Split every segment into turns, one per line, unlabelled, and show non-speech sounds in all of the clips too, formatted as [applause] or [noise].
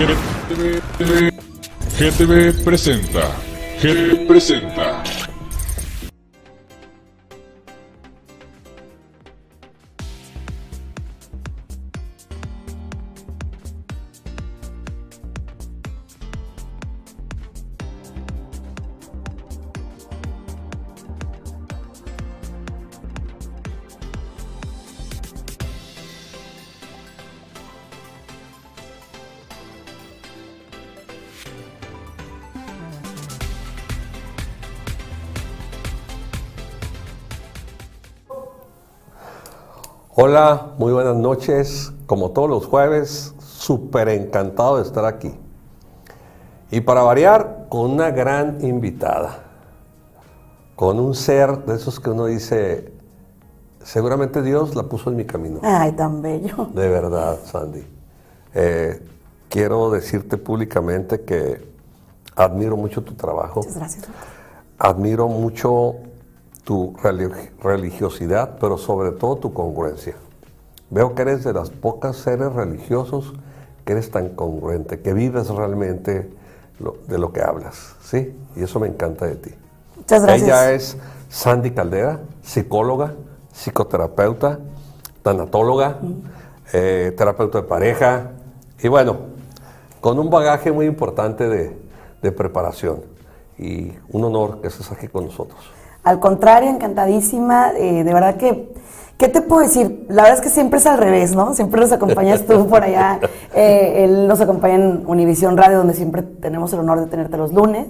GTV, GTV presenta. GTV presenta.
Hola, muy buenas noches. Como todos los jueves, súper encantado de estar aquí. Y para variar, con una gran invitada, con un ser de esos que uno dice, seguramente Dios la puso en mi camino.
Ay, tan bello.
De verdad, Sandy. Eh, quiero decirte públicamente que admiro mucho tu trabajo,
Muchas gracias.
admiro mucho tu relig- religiosidad, pero sobre todo tu congruencia. Veo que eres de las pocas seres religiosos que eres tan congruente, que vives realmente lo- de lo que hablas, ¿sí? Y eso me encanta de ti.
Muchas gracias.
Ella es Sandy Caldera, psicóloga, psicoterapeuta, tanatóloga, eh, terapeuta de pareja y bueno, con un bagaje muy importante de, de preparación y un honor que estés aquí con nosotros.
Al contrario, encantadísima. eh, de verdad que, ¿qué te puedo decir? La verdad es que siempre es al revés, ¿no? Siempre nos acompañas tú por allá. Eh, él nos acompaña en Univisión Radio, donde siempre tenemos el honor de tenerte los lunes.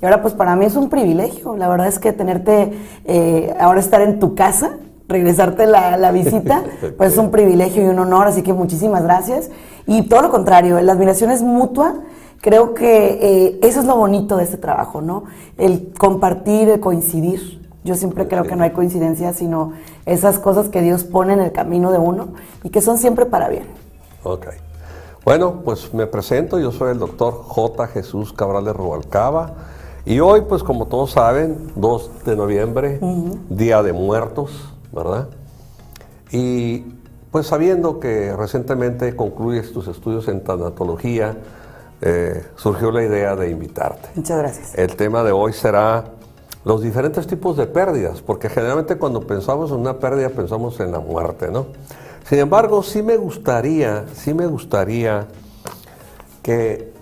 Y ahora, pues para mí es un privilegio. La verdad es que tenerte, eh, ahora estar en tu casa, regresarte la, la visita,
[laughs]
pues es un privilegio y un honor. Así que muchísimas gracias. Y todo lo contrario, la admiración es mutua. Creo que eh, eso es lo bonito de este trabajo, ¿no? El compartir, el coincidir. Yo siempre creo que no hay coincidencias, sino esas cosas que Dios pone en el camino de uno y que son siempre para bien.
Ok. Bueno, pues me presento, yo soy el doctor J. Jesús Cabral de Rubalcaba y hoy, pues como todos saben, 2 de noviembre, Día de Muertos, ¿verdad? Y pues sabiendo que recientemente concluyes tus estudios en tanatología, eh, surgió la idea de invitarte.
Muchas gracias.
El tema de hoy será los diferentes tipos de pérdidas, porque generalmente cuando pensamos en una pérdida pensamos en la muerte, ¿no? Sin embargo, sí me gustaría, sí me gustaría que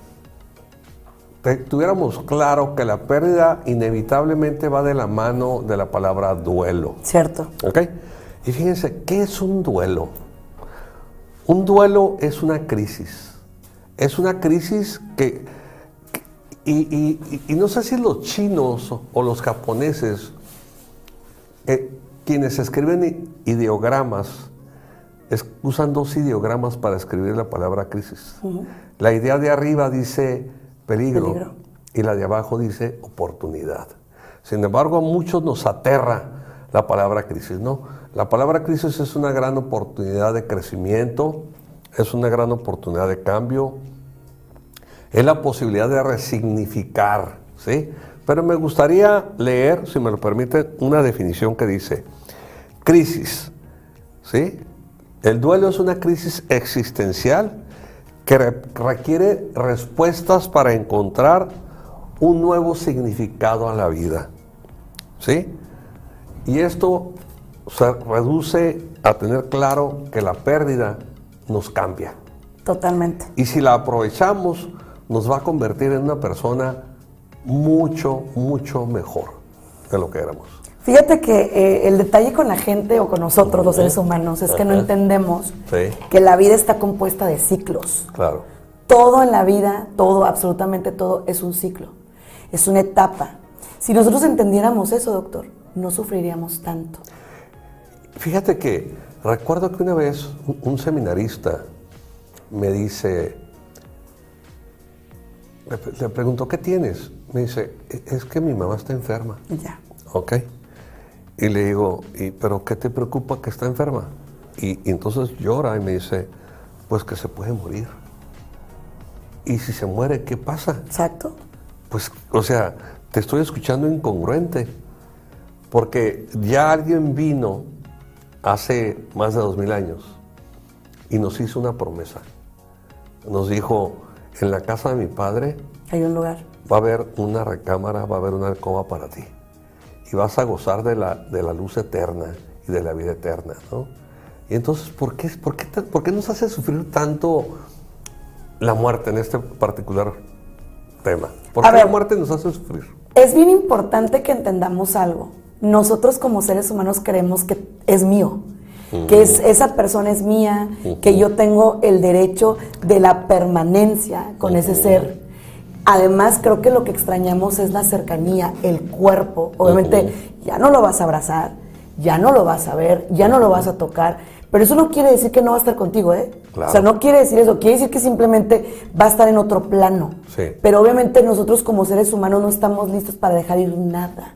te- tuviéramos claro que la pérdida inevitablemente va de la mano de la palabra duelo.
Cierto.
¿Ok? Y fíjense, ¿qué es un duelo? Un duelo es una crisis. Es una crisis que... que- Y, y- y- y no sé si los chinos o los japoneses, eh, quienes escriben i- ideogramas, es- usan dos ideogramas para escribir la palabra crisis. La idea de arriba dice peligro,
Peligro.
y la de abajo dice oportunidad. Sin embargo, a muchos nos aterra la palabra crisis, ¿no? La palabra crisis es una gran oportunidad de crecimiento, es una gran oportunidad de cambio, es la posibilidad de resignificar, ¿sí? Pero me gustaría leer, si me lo permiten, una definición que dice, crisis, ¿sí? El duelo es una crisis existencial que re- requiere respuestas para encontrar un nuevo significado a la vida, ¿sí? Y esto se reduce a tener claro que la pérdida nos cambia.
Totalmente.
Y si la aprovechamos, nos va a convertir en una persona mucho, mucho mejor de lo que éramos.
Fíjate que eh, el detalle con la gente o con nosotros, los seres humanos, es que no
Ajá.
entendemos
Sí.
que la vida está compuesta de ciclos.
Claro.
Todo en la vida, todo, absolutamente todo, es un ciclo, es una etapa. Si nosotros entendiéramos eso, doctor, no sufriríamos tanto.
Fíjate que recuerdo que una vez un- un seminarista me dice, le, pre- le pregunto, ¿qué tienes? Me dice, "E- es que mi mamá está enferma.
Y Ya.
Ok. Y le digo, "¿Y, ¿pero qué te preocupa que está enferma? Y, y entonces llora y me dice, pues que se puede morir. Y si se muere, ¿qué pasa?
Exacto.
Pues, o sea, te estoy escuchando incongruente. Porque ya alguien vino hace más de dos mil años y nos hizo una promesa. Nos dijo, en la casa de mi padre
Hay un lugar.
va a haber una recámara, va a haber una alcoba para ti. Y vas a gozar de la, de la luz eterna y de la vida eterna, ¿no? Y entonces, ¿por qué, por, qué, tan- por qué nos hace sufrir tanto la muerte en este particular tema? ¿Por
A
qué la
ver.
muerte nos hace sufrir?
Es bien importante que entendamos algo. Nosotros como seres humanos creemos que es mío, que es, esa persona es mía, que yo tengo el derecho de la permanencia con ese ser. Además, creo que lo que extrañamos es la cercanía, el cuerpo. Obviamente, ya no lo vas a abrazar, ya no lo vas a ver, ya no lo vas a tocar. Pero eso no quiere decir que no va a estar contigo, ¿eh?
Claro.
O sea, no quiere decir eso, quiere decir que simplemente va a estar en otro plano.
Sí.
Pero obviamente nosotros como seres humanos no estamos listos para dejar ir nada.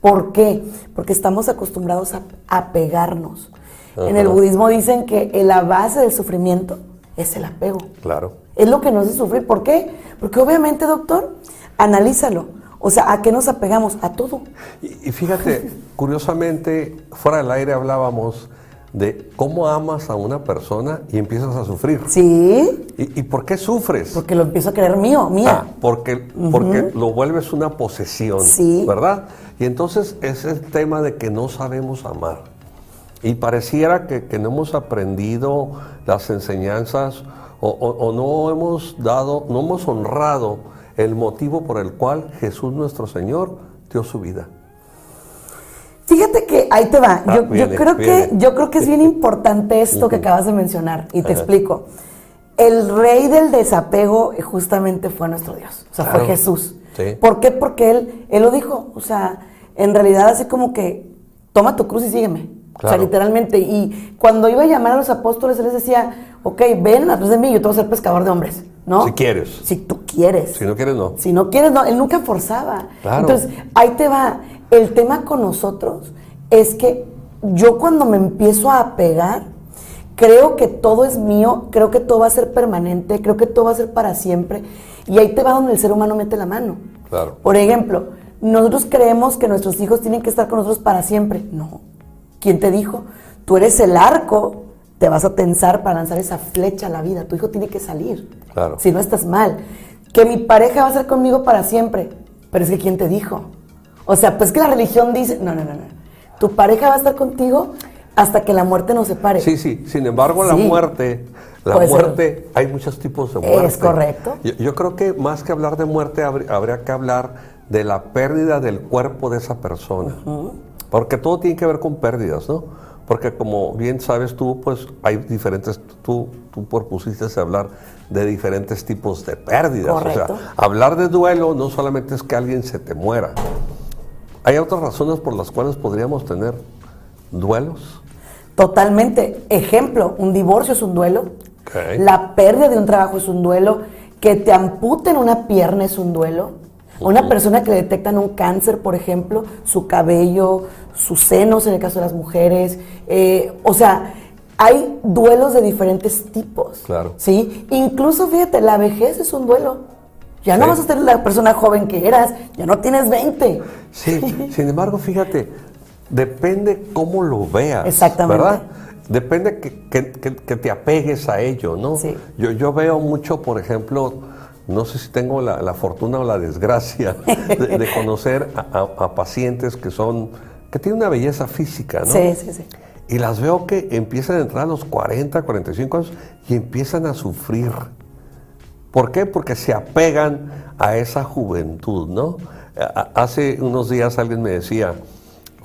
¿Por qué? Porque estamos acostumbrados a apegarnos. En el
Ajá.
budismo dicen que en la base del sufrimiento es el apego.
Claro.
Es lo que nos hace sufrir. ¿Por qué? Porque obviamente, doctor, analízalo. O sea, ¿a qué nos apegamos? A todo.
Y, y
[laughs]
fíjate, curiosamente, fuera del aire hablábamos de cómo amas a una persona y empiezas a sufrir.
Sí,
¿Y, y por qué sufres?
porque lo empiezo a querer mío, mía.
Ah, porque, porque lo vuelves una posesión,
Sí.
¿verdad? Y entonces es el tema de que no sabemos amar. Y pareciera que, que no hemos aprendido las enseñanzas o, o- o no hemos dado, no hemos honrado el motivo por el cual Jesús nuestro Señor dio su vida.
Fíjate que ahí te va.
Ah,
yo, yo
viene,
creo
viene.
que, yo creo que
[laughs]
es bien importante esto que acabas de mencionar y te explico. El rey del desapego eh, justamente fue nuestro Dios, o sea,
Claro.
fue Jesús.
Sí.
¿Por qué? Porque él, él lo dijo, o sea, en realidad así como que toma tu cruz y sígueme. O sea,
Claro.
literalmente. Y cuando iba a llamar a los apóstoles, él les decía, ok, ven atrás de mí, yo te voy a ser pescador de hombres, ¿no?
Si quieres.
Si tú quieres.
Si no quieres, no.
Si no quieres, no, él nunca forzaba.
Claro.
Entonces, ahí te va. El tema con nosotros es que yo cuando me empiezo a apegar, creo que todo es mío, creo que todo va a ser permanente, creo que todo va a ser para siempre. Y ahí te va donde el ser humano mete la mano.
Claro.
Por ejemplo, nosotros creemos que nuestros hijos tienen que estar con nosotros para siempre. No. ¿Quién te dijo? Tú eres el arco, te vas a tensar para lanzar esa flecha a la vida. Tu hijo tiene que salir.
Claro.
Si no estás mal. Que mi pareja va a ser conmigo para siempre. Pero es que ¿quién te dijo? O sea, pues que la religión dice, no, no, no, no. Tu pareja va a estar contigo hasta que la muerte nos separe.
Sí, sí. Sin embargo, la
Sí.
muerte, la
Puede ser.
muerte, hay muchos tipos de
Es
muerte.
correcto.
Yo, yo creo que más que hablar de muerte, habr- habría que hablar de la pérdida del cuerpo de esa persona. Porque todo tiene que ver con pérdidas, ¿no? Porque como bien sabes tú, pues hay diferentes, tú, tú propusiste hablar de diferentes tipos de pérdidas. O
Correcto.
sea, hablar de duelo no solamente es que alguien se te muera. Hay otras razones por las cuales podríamos tener duelos.
Totalmente. Ejemplo, un divorcio es un duelo.
Ok.
La pérdida de un trabajo es un duelo. Que te amputen una pierna es un duelo. A Una persona que le detectan un cáncer, por ejemplo, su cabello, sus senos en el caso de las mujeres. eh, o sea, hay duelos de diferentes tipos.
Claro.
¿Sí? Incluso, fíjate, la vejez es un duelo. Ya no
Sí.
vas a ser la persona joven que eras, ya no tienes 20.
Sí, sin embargo, fíjate, depende cómo lo veas.
Exactamente.
¿Verdad? Depende que, que- que- que te apegues a ello, ¿no?
Sí.
Yo, yo veo mucho, por ejemplo, no sé si tengo la, la fortuna o la desgracia [laughs] de, de conocer a, a- a pacientes que son, que tienen una belleza física, ¿no?
Sí, sí, sí.
Y las veo que empiezan a entrar a los 40, 45 años y empiezan a sufrir. ¿Por qué? Porque se apegan a esa juventud, ¿no? A- a- Hace unos días alguien me decía,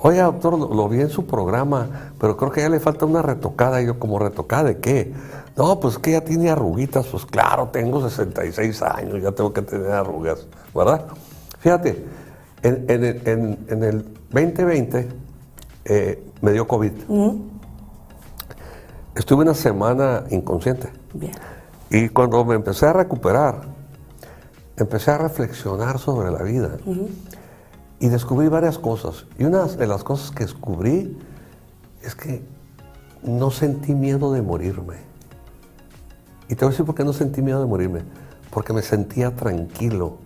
oye doctor, lo, lo vi en su programa, pero creo que ya le falta una retocada. Y yo, ¿como retocada de qué? No, pues que ya tiene arruguitas. Pues claro, tengo 66 años, ya tengo que tener arrugas, ¿verdad? Fíjate, en, en el, en- en el 2020 eh, me dio COVID. Estuve una semana inconsciente.
Bien.
Y cuando me empecé a recuperar, empecé a reflexionar sobre la vida y descubrí varias cosas. Y una de las cosas que descubrí es que no sentí miedo de morirme. Y te voy a decir por qué no sentí miedo de morirme. Porque me sentía tranquilo,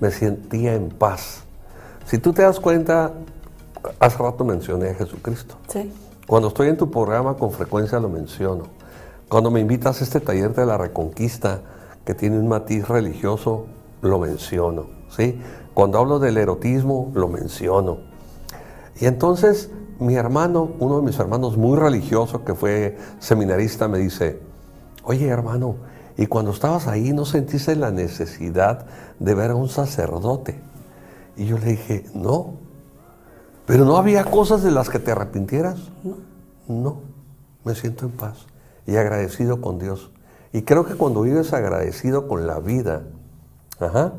me sentía en paz. Si tú te das cuenta, Hace rato mencioné a Jesucristo.
Sí.
Cuando estoy en tu programa con frecuencia lo menciono. Cuando me invitas a este taller de la Reconquista que tiene un matiz religioso, lo menciono, ¿sí? Cuando hablo del erotismo, lo menciono. Y entonces mi hermano, uno de mis hermanos muy religioso que fue seminarista, me dice, oye hermano, ¿y cuando estabas ahí no sentiste la necesidad de ver a un sacerdote? Y yo le dije, no, pero no había cosas de las que te arrepintieras. No, me siento en paz y agradecido con Dios. Y creo que cuando vives agradecido con la vida, ajá,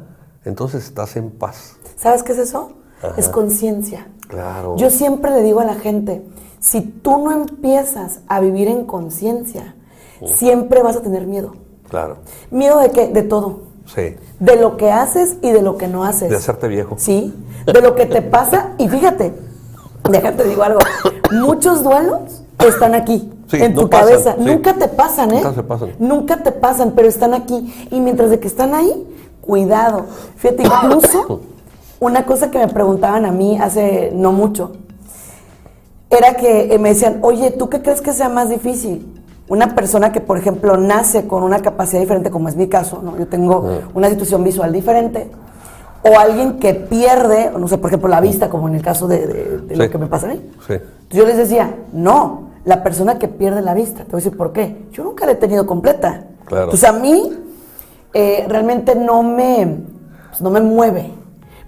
entonces estás en paz.
¿Sabes qué es eso? Es conciencia.
Claro.
Yo siempre le digo a la gente, si tú no empiezas a vivir en conciencia,
Oh.
siempre vas a tener miedo.
Claro.
Miedo de qué? De todo.
Sí.
De lo que haces y de lo que no haces.
De hacerte viejo.
Sí, de lo que te pasa. Y fíjate, déjate digo algo, muchos duelos están aquí.
Sí,
en
no
tu
pasan,
cabeza.
sí.
Nunca te pasan, ¿eh?
Nunca se pasan.
Nunca te pasan, pero están aquí. Y mientras de que están ahí, cuidado.
[coughs]
Fíjate, incluso una cosa que me preguntaban a mí hace no mucho, era que eh, me decían, oye, ¿tú qué crees que sea más difícil? Una persona que, por ejemplo, nace con una capacidad diferente, como es mi caso, ¿no? Yo tengo una situación visual diferente. O alguien que pierde, no sé, por ejemplo, la vista, como en el caso de, de- de
Sí.
lo que me pasa a mí.
Sí.
Yo les decía, no, la persona que pierde la vista. Te voy a decir por qué. Yo nunca la he tenido completa.
Claro.
Entonces a mí eh, realmente no me, pues, no me mueve.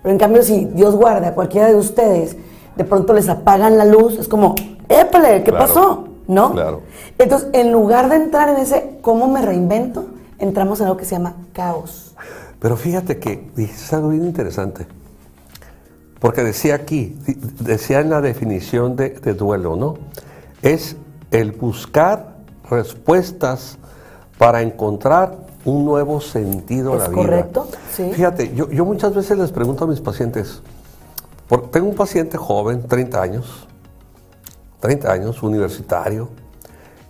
Pero en cambio, si Dios guarda a cualquiera de ustedes, de pronto les apagan la luz, es como, épale, ¿qué
Claro.
pasó? ¿No?
Claro.
Entonces, en lugar de entrar en ese cómo me reinvento, entramos en algo que se llama caos.
Pero fíjate que dijiste algo bien interesante. Porque decía aquí, di- decía en la definición de, de duelo, ¿no? Es el buscar respuestas para encontrar un nuevo sentido a la
Es
vida.
correcto, sí.
Fíjate, yo, yo muchas veces les pregunto a mis pacientes, por- tengo un paciente joven, 30 años, 30 años, universitario.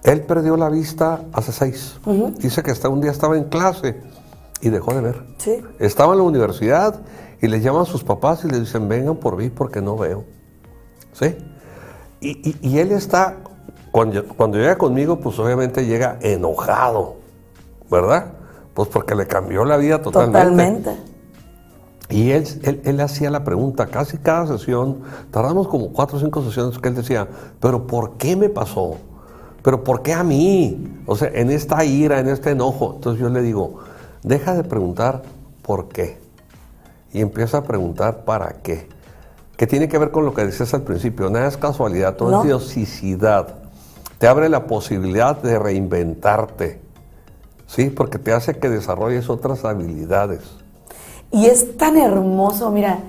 Él perdió la vista hace 6. Dice que hasta un día estaba en clase y dejó de ver.
Sí.
Estaba en la universidad y le llaman sus papás y le dicen, vengan por mí porque no veo. ¿Sí? Y, y- y él está, cuando, cuando llega conmigo, pues obviamente llega enojado, ¿verdad? Pues porque le cambió la vida totalmente.
Totalmente.
Y él, él, él hacía la pregunta, casi cada sesión, tardamos como cuatro o cinco sesiones que él decía, pero ¿por qué me pasó? ¿Pero por qué a mí? O sea, en esta ira, en este enojo. Entonces yo le digo, deja de preguntar por qué y empieza a preguntar para qué. Que tiene que ver con lo que decías al principio, nada es casualidad, todo
No.
es diosidad. Te abre la posibilidad de reinventarte, ¿sí? Porque te hace que desarrolles otras habilidades.
Y es tan hermoso, mira,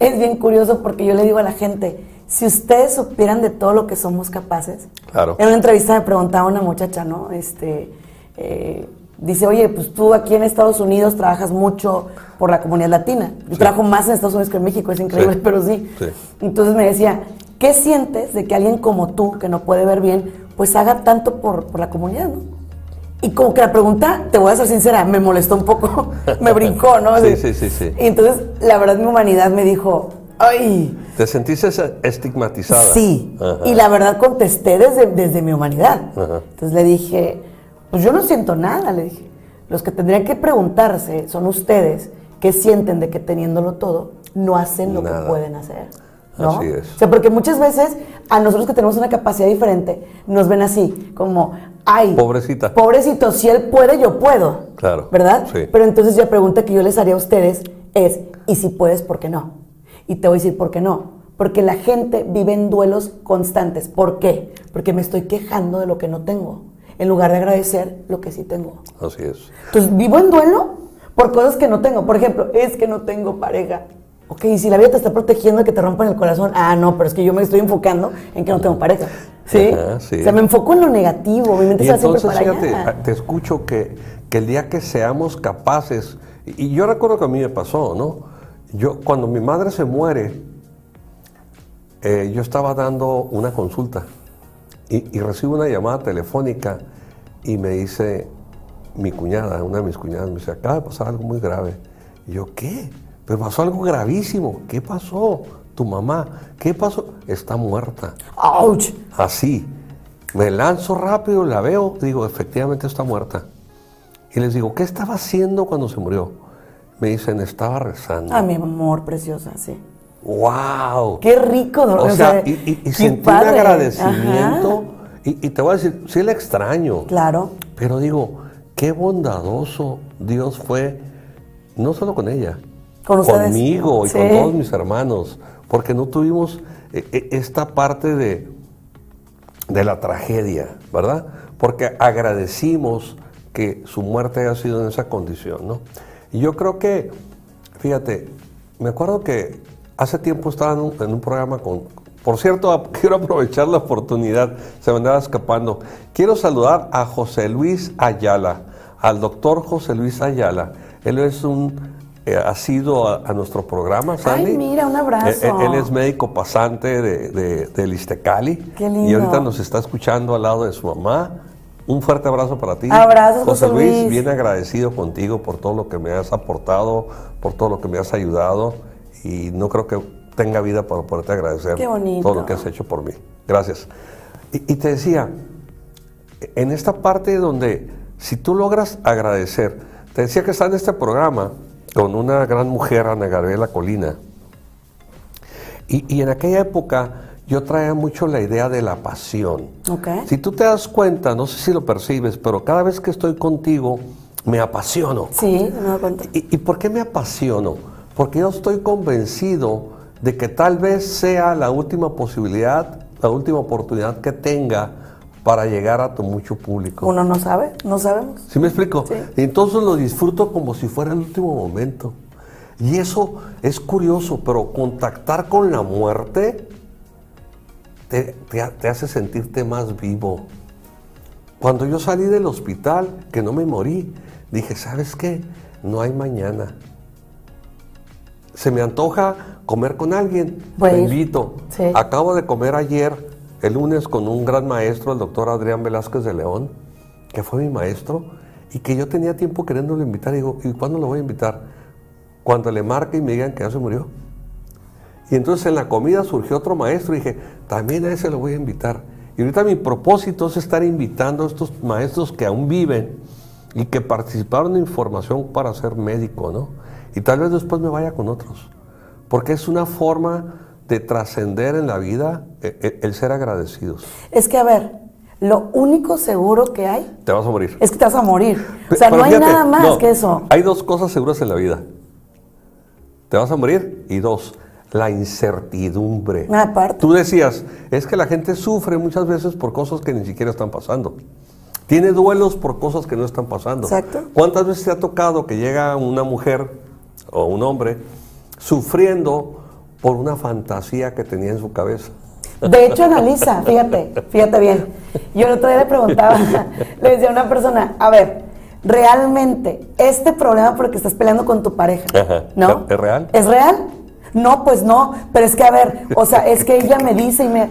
es bien curioso porque yo le digo a la gente, si ustedes supieran de todo lo que somos capaces.
Claro.
En una entrevista me preguntaba una muchacha, ¿no? Este, eh, dice, oye, pues tú aquí en Estados Unidos trabajas mucho por la comunidad latina. Yo
Sí.
trabajo más en Estados Unidos que en México, es increíble,
Sí.
pero sí.
Sí.
Entonces me decía, ¿qué sientes de que alguien como tú, que no puede ver bien, pues haga tanto por, por la comunidad, ¿no? Y como que la pregunta, te voy a ser sincera, me molestó un poco, [laughs] me brincó, ¿no?
Sí,
Así.
sí, sí, sí.
Y entonces, la verdad, mi humanidad me dijo, ay,
¿Te sentiste esa- estigmatizada?
sí.
Ajá.
Y la verdad contesté desde, desde mi humanidad.
Ajá.
Entonces le dije, pues yo no siento nada, le dije. Los que tendrían que preguntarse son ustedes que sienten de que teniéndolo todo, no hacen lo
Nada.
que pueden hacer. ¿no?
Así es.
O sea, porque muchas veces a nosotros que tenemos una capacidad diferente, nos ven así, como, ay,
Pobrecita.
pobrecito, si él puede, yo puedo.
Claro.
¿Verdad?
Sí.
Pero entonces la pregunta que yo les haría a ustedes es, ¿y si puedes, por qué no? Y te voy a decir por qué no. Porque la gente vive en duelos constantes. ¿Por qué? Porque me estoy quejando de lo que no tengo, en lugar de agradecer lo que sí tengo.
Así es.
Entonces, vivo en duelo por cosas que no tengo. Por ejemplo, es que no tengo pareja. Ok, y si la vida te está protegiendo de que te rompan el corazón, ah, no, pero es que yo me estoy enfocando en que no tengo pareja. ¿Sí?
Ajá, sí.
O sea, me enfoco en lo negativo, mi mente
Y
está siempre
entonces,
para
fíjate, ah,
allá.
te escucho que, que el día que seamos capaces, y y yo recuerdo que a mí me pasó, ¿no? Yo, cuando mi madre se muere, eh, yo estaba dando una consulta y, y recibo una llamada telefónica y me dice mi cuñada, una de mis cuñadas, me dice, acaba de pasar algo muy grave. Y yo, ¿qué? Pero pasó algo gravísimo. ¿Qué pasó? tu mamá, ¿qué pasó? Está muerta.
¡Auch!
Así. Me lanzo rápido, la veo, digo, efectivamente está muerta. Y les digo, ¿qué estaba haciendo cuando se murió? Me dicen, estaba rezando.
Ah, mi amor, preciosa, sí.
¡Wow!
Qué rico, ¿no?
O sea, y, y- y
qué
sentí
padre.
un agradecimiento.
Ajá,
Y, y te voy a decir, sí la extraño.
claro.
Pero digo, qué bondadoso Dios fue, no solo con ella,
Con ustedes.
conmigo y
Sí.
con todos mis hermanos, porque no tuvimos eh, eh, esta parte de, de la tragedia, ¿verdad? Porque agradecimos que su muerte haya sido en esa condición, ¿no? Y yo creo que, fíjate, me acuerdo que hace tiempo estaba en un, en un programa con... Por cierto, ap- [laughs] quiero aprovechar la oportunidad, se me andaba escapando. Quiero saludar a José Luis Ayala, al doctor José Luis Ayala. Él es un... eh, ha sido a, a nuestro programa, Sandy.
mira, un abrazo.
Eh, eh, él es médico pasante de, de, del Ixtecali.
Qué lindo.
Y ahorita nos está escuchando al lado de su mamá. Un fuerte abrazo para ti.
Abrazos, José Luis.
bien agradecido contigo por todo lo que me has aportado, por todo lo que me has ayudado. Y no creo que tenga vida para poderte agradecer
Qué bonito.
todo lo que has hecho por mí. Gracias. Y, y te decía, en esta parte donde si tú logras agradecer, te decía que está en este programa con una gran mujer, Ana Gabriela Colina. Y, y en aquella época yo traía mucho la idea de la pasión.
Ok.
Si tú te das cuenta, no sé si lo percibes, pero cada vez que estoy contigo me apasiono.
Sí, me doy cuenta.
¿Y, y por qué me apasiono? Porque yo estoy convencido de que tal vez sea la última posibilidad, la última oportunidad que tenga para llegar a tu mucho público.
Uno no sabe, no sabemos.
¿Sí me explico?
Sí.
Entonces lo disfruto como si fuera el último momento. Y eso es curioso, pero contactar con la muerte te, te ha- te hace sentirte más vivo. Cuando yo salí del hospital, que no me morí, dije, ¿sabes qué? No hay mañana. Se me antoja comer con alguien.
Voy a
Te
ir.
invito.
Sí.
Acabo de comer ayer, el lunes, con un gran maestro, el doctor Adrián Velázquez de León, que fue mi maestro, y que yo tenía tiempo queriéndolo invitar. Y digo, ¿y cuándo lo voy a invitar? Cuando le marque y me digan que ya se murió. Y entonces en la comida surgió otro maestro y dije, también a ese lo voy a invitar. Y ahorita mi propósito es estar invitando a estos maestros que aún viven y que participaron en formación para ser médico, ¿no? Y tal vez después me vaya con otros. Porque es una forma de trascender en la vida eh, eh, el ser agradecidos.
Es que, a ver, lo único seguro que hay
Te vas a morir.
es que te vas a morir. O
Pe-
sea,
pero
no hay
fíjate,
nada más
no,
que eso.
Hay dos cosas seguras en la vida. Te vas a morir y dos, la incertidumbre.
Aparte.
Tú decías, es que la gente sufre muchas veces por cosas que ni siquiera están pasando. Tiene duelos por cosas que no están pasando.
Exacto.
¿Cuántas veces te ha tocado que llega una mujer o un hombre sufriendo por una fantasía que tenía en su cabeza?
De hecho, analiza, fíjate, fíjate bien. Yo el otro día le preguntaba, le decía a una persona, a ver, realmente, este problema porque estás peleando con tu pareja,
Ajá.
¿no?
¿Es real?
¿Es real? No, pues no, pero es que, a ver, o sea, es que ella me dice y me...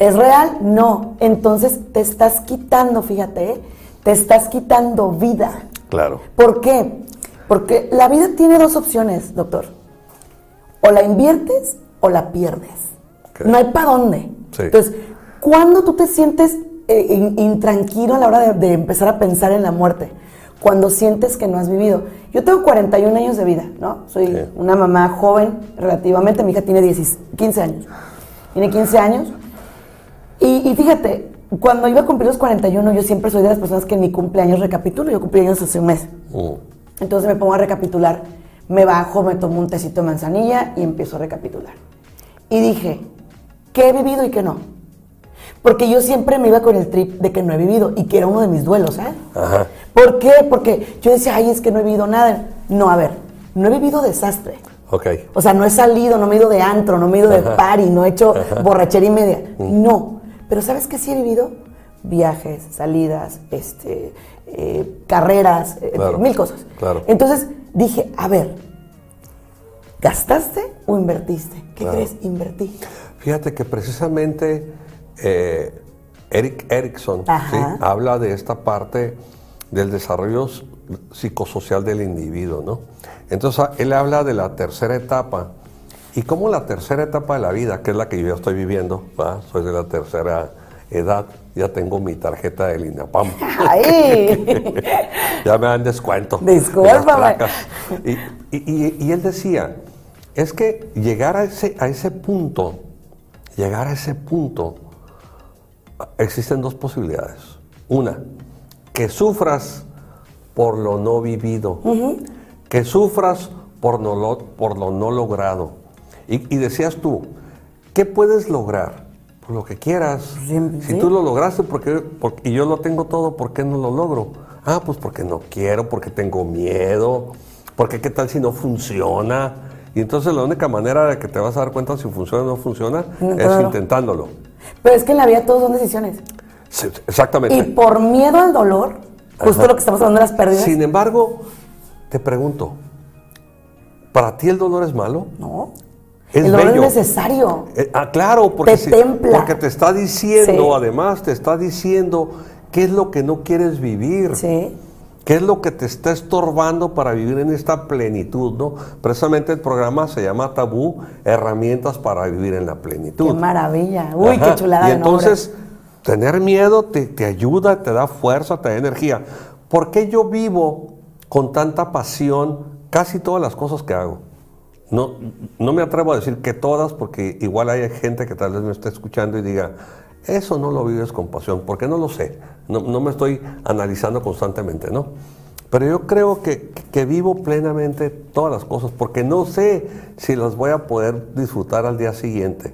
¿Es real? No. Entonces te estás quitando, fíjate, ¿eh? te estás quitando vida.
Claro.
¿Por qué? Porque la vida tiene dos opciones, doctor. O la inviertes o la pierdes.
Ok.
No hay para dónde.
Sí.
Entonces, ¿cuándo tú te sientes eh, in- intranquilo a la hora de, de empezar a pensar en la muerte? Cuando sientes que no has vivido. Yo tengo 41 años de vida, ¿no? Soy
Sí.
una mamá joven relativamente. Mi hija tiene 16 15 años. Tiene 15 años. Y, y fíjate, cuando iba a cumplir los 41, yo siempre soy de las personas que en mi cumpleaños recapitulo. Yo cumplí años hace un mes.
Mm.
Entonces me pongo a recapitular. Me bajo, me tomo un tecito de manzanilla y empiezo a recapitular. Y dije, ¿qué he vivido y qué no? Porque yo siempre me iba con el trip de que no he vivido y que era uno de mis duelos, ¿eh?
Ajá.
¿Por qué? Porque yo decía, ay, es que no he vivido nada. No, a ver, no he vivido desastre.
Ok.
O sea, no he salido, no me he ido de antro, no me he ido de
Ajá.
party, no he hecho
Ajá.
borrachera y media. No. Pero ¿sabes qué sí he vivido? Viajes, salidas, este, eh, carreras, eh,
Claro.
mil cosas.
Claro.
Entonces dije, a ver, ¿gastaste o invertiste? ¿Qué
Claro.
crees? Invertí. [laughs]
Fíjate que precisamente eh, Eric Erickson
Ajá.
¿sí? habla de esta parte del desarrollo s- ah, psicosocial del individuo, ¿no? Entonces a- él habla de la tercera etapa, Y como la tercera etapa de la vida, que es la que yo estoy viviendo, ¿verdad? soy de la tercera edad, ya tengo mi tarjeta del INAPAM.
¡Ay!
ya me dan descuento. de las
Discúlpame.
placas. Y, y- y- y él decía, es que llegar a ese, a ese punto, llegar a ese punto, existen dos posibilidades. Una, que sufras por lo no vivido, que sufras por, no lo, por lo no logrado. Y, y decías tú, ¿qué puedes lograr? Pues lo que quieras.
Sí,
Si
sí.
tú lo lograste porque, porque- y yo lo tengo todo, ¿por qué no lo logro? Ah, pues porque no quiero, porque tengo miedo, porque qué tal si no funciona. Y entonces la única manera de que te vas a dar cuenta si funciona o no funciona
No,
es
Mm, claro.
intentándolo.
Pero es que en la vida todos son decisiones.
Sí, Exactamente.
Y por miedo al dolor, justo
Ajá.
lo que estamos hablando de las pérdidas.
Sin embargo, te pregunto, ¿para ti el dolor es malo?
No.
Es
el dolor
bello.
es necesario.
Eh, ah, claro, porque,
Te templa.
porque te está diciendo,
Sí.
además, te está diciendo qué es lo que no quieres vivir.
Sí.
¿Qué es lo que te está estorbando para vivir en esta plenitud? ¿no? Precisamente el programa se llama Tabú, Herramientas para Vivir en la Plenitud.
Qué maravilla. Uy,
Ajá.
qué chulada.
Y
de nombre.
entonces, tener miedo te, te ayuda, te da fuerza, te da energía. ¿Por qué yo vivo con tanta pasión casi todas las cosas que hago? No, no me atrevo a decir que todas, porque igual hay gente que tal vez me esté escuchando y diga, eso no lo vives con pasión, porque no lo sé. No, no me estoy analizando constantemente, ¿no? Pero yo creo que, que vivo plenamente todas las cosas, porque no sé si las voy a poder disfrutar al día siguiente.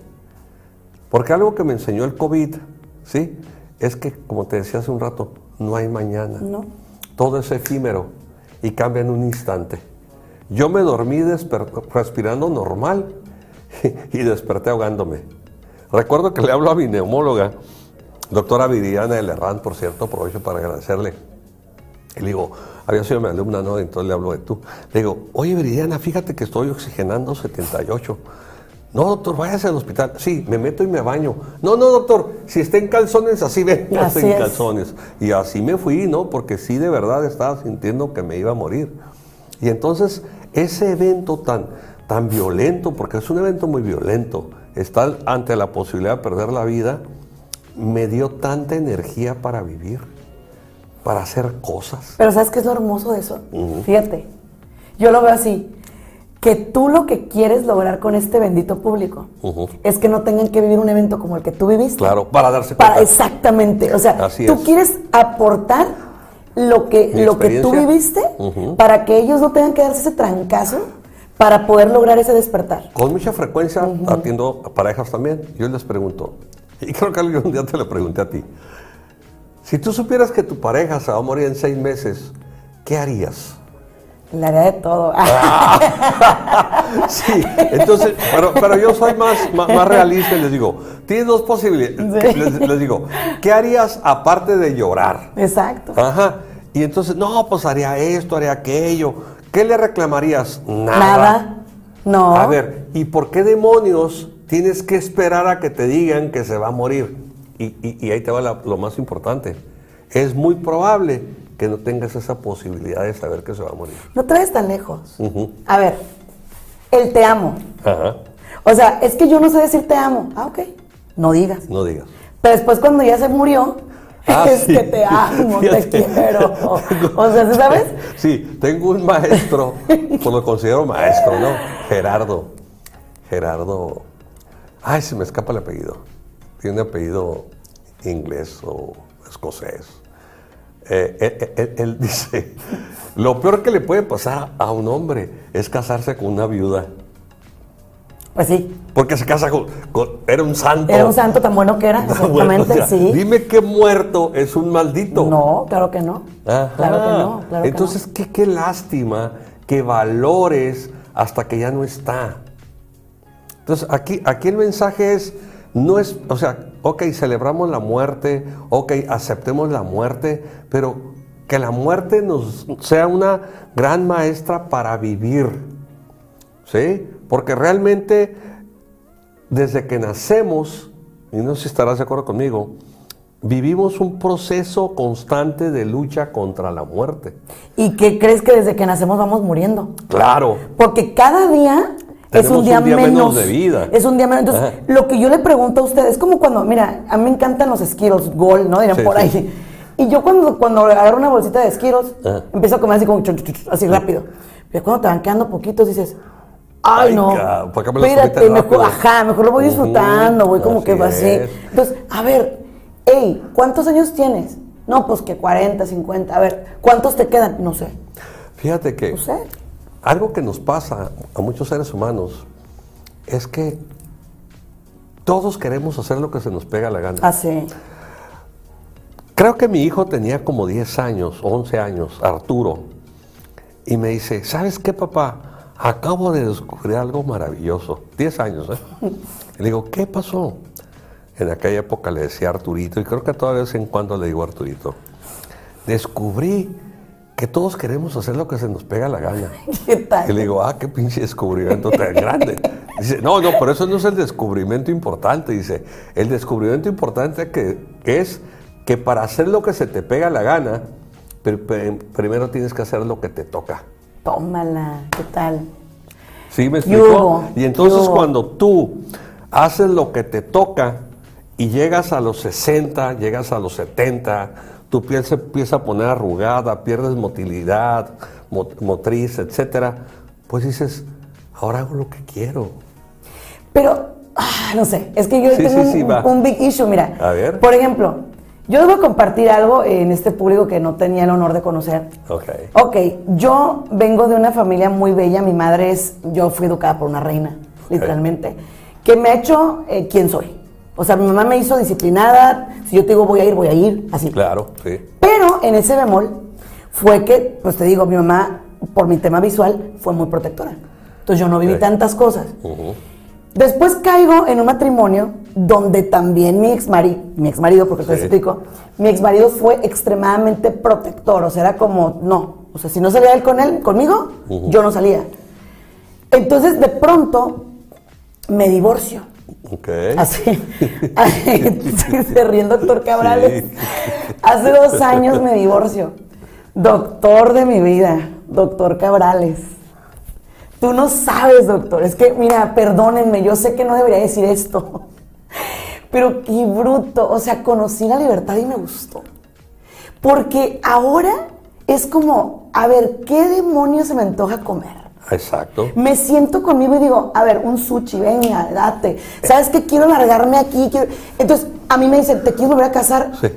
Porque algo que me enseñó el COVID, ¿sí? Es que, como te decía hace un rato, no hay mañana.
No.
Todo es efímero y cambia en un instante. Yo me dormí desper- respirando normal [laughs] y desperté ahogándome. Recuerdo que le hablo a mi neumóloga, doctora Viridiana del Herrán, por cierto, aprovecho para agradecerle. Y le digo, había sido mi alumna, ¿no? Entonces le hablo de tú. Le digo, oye, Viridiana, fíjate que estoy oxigenando 78. No, doctor, váyase al hospital. Sí, me meto y me baño. No, no, doctor, si está en calzones, así vengo [laughs]
Así
en
es.
calzones. Y así me fui, ¿no? Porque sí, de verdad estaba sintiendo que me iba a morir. Y entonces, ese evento tan, tan violento, porque es un evento muy violento, está ante la posibilidad de perder la vida, me dio tanta energía para vivir, para hacer cosas.
Pero ¿sabes qué es lo hermoso de eso? Fíjate, yo lo veo así, que tú lo que quieres lograr con este bendito público
Ujú.
es que no tengan que vivir un evento como el que tú viviste.
Claro, para darse cuenta.
Para, exactamente, o sea,
Así
tú
es.
quieres aportar lo que,
Mi
lo que tú
experiencia.
viviste
Ujú.
para que ellos no tengan que darse ese trancazo para poder lograr ese despertar.
Con mucha frecuencia atiendo a parejas también. Yo les pregunto, [laughs] y creo que algún día te lo pregunté a ti. Si tú supieras que tu pareja se va a morir en seis meses, ¿qué harías? [laughs]
La idea de todo.
Ah. Sí, entonces, pero, pero yo soy más, más, más realista y les digo, tienes dos posibilidades.
Sí.
Les, les digo, ¿qué harías aparte de llorar?
[laughs] Exacto.
Ajá. Y entonces, no, pues haría esto, haría aquello. ¿Qué le reclamarías? Nada.
Nada. No.
A ver, ¿y por qué demonios tienes que esperar a que te digan que se va a morir? Y, y- y ahí te va la- lo más importante. Es muy probable que no tengas esa posibilidad de saber que se va a morir.
No te vayas tan lejos.
Ujú.
A ver, el te amo.
Ajá.
O sea, es que yo no sé decir te amo. Ah, ok. No digas.
No digas.
Pero después cuando ya se murió,
Ah,
[laughs] es
sí.
que
[laughs]
te amo,
Fíjate.
te quiero. O sea, ¿sí ¿sabes?
Sí, tengo un maestro, pues lo considero maestro, ¿no? Gerardo. Gerardo. Ay, se me escapa el apellido. Tiene un apellido inglés o escocés. Eh, él, él- él dice, lo peor que le puede pasar a un hombre es casarse con una viuda.
Pues sí.
Porque se casa con... con- era un santo.
Era un santo tan bueno que
[laughs]
era,
Bueno, o
exactamente,
sea,
sí.
Dime que muerto es un maldito.
No, claro que no.
Ajá.
Claro que no, claro que
Ah, Entonces, Qué, qué lástima que valores hasta que ya no está. Entonces, aquí, aquí el mensaje es, no es, o sea, ok, celebramos la muerte, ok, aceptemos la muerte, pero que la muerte nos sea una gran maestra para vivir, ¿sí? Porque realmente desde que nacemos, y no sé si estarás de acuerdo conmigo, vivimos un proceso constante de lucha contra la muerte.
no. ¿Y qué crees que desde que nacemos vamos muriendo?
Claro.
Porque cada día es
Tenemos
un día, menos,
de vida.
Es un día menos. Entonces,
Ajá.
lo que yo le pregunto a ustedes, es como cuando, mira, a mí me encantan los Skittles, Gol, ¿no? Dirán
Sí,
por
sí.
ahí. Y yo cuando, cuando agarro una bolsita de Skittles,
Ajá.
empiezo a comer así como chun, chun, chun, chun, así rápido. Pero cuando te van quedando poquitos, dices, ay,
Ay,
no.
cabrón, ¿por qué me los
Espérate,
comiste
mejor,
rápido?
ajá, mejor lo voy
Ujú,
disfrutando, voy como que
así
así.
es.
Entonces, a ver, hey, ¿cuántos años tienes? No, pues que 40, 50. A ver, ¿cuántos te quedan? No sé.
Fíjate que
No sé.
algo que nos pasa a muchos seres humanos es que todos queremos hacer lo que se nos pega la gana.
[laughs] Así.
Creo que mi hijo tenía como 10 años, 11 años, Arturo, y me dice, ¿sabes qué papá? Acabo de descubrir algo maravilloso. 10 años, ¿eh? Y le digo, ¿qué pasó? En aquella época le decía Arturito, y creo que todavía de vez en cuando le digo Arturito, descubrí que todos queremos hacer lo que se nos pega la gana.
¿Qué tal?
Y le digo, ah, qué pinche descubrimiento tan grande. Dice, no, no, pero eso no es el descubrimiento importante. Dice, el descubrimiento importante que es que para hacer lo que se te pega la gana, pr- pr- primero tienes que hacer lo que te toca.
Tómala, ¿qué tal?
¿Sí me
¿Qué
explicó?
hubo?
Y entonces
¿Qué hubo?
cuando tú haces lo que te toca y llegas a los 60, llegas a los 70, tu piel se empieza a poner arrugada, pierdes motilidad, mot- motriz, etcétera, pues dices, ahora hago lo que quiero.
Pero, ah, no sé, es que yo
Sí,
tengo
sí, sí,
un,
va.
un big issue, mira.
A ver.
Por ejemplo, yo debo compartir algo en este público que no tenía el honor de conocer.
Ok.
Ok, yo vengo de una familia muy bella, mi madre es, yo fui educada por una reina, literalmente, que me ha hecho eh, quien soy. O sea, mi mamá me hizo disciplinada, si yo te digo voy a ir, voy a ir, así.
Claro, sí.
Pero en ese bemol fue que, pues te digo, mi mamá, por mi tema visual, fue muy protectora. Entonces yo no viví
Ok.
tantas cosas.
Ujú.
Después caigo en un matrimonio donde también mi ex marido, mi ex marido, porque soy
Sí.
explico, mi ex marido fue extremadamente protector, o sea, era como, no, o sea, si no salía él con él, conmigo,
Ujú.
yo no salía. Entonces, de pronto, me divorcio.
Ok.
Así, [laughs] se ríe el doctor Cabrales.
Sí.
Hace dos años me divorcio. Doctor de mi vida, doctor Cabrales. Tú no sabes, doctor. Es que, mira, perdónenme, yo sé que no debería decir esto. Pero qué bruto. O sea, conocí la libertad y me gustó. Porque ahora es como, a ver, ¿qué demonios se me antoja comer?
Exacto.
Me siento conmigo y digo, a ver, un sushi, venga, date. ¿Sabes qué? Quiero largarme aquí. quiero- Entonces, a mí me dicen, ¿te quieres volver a casar?
Sí.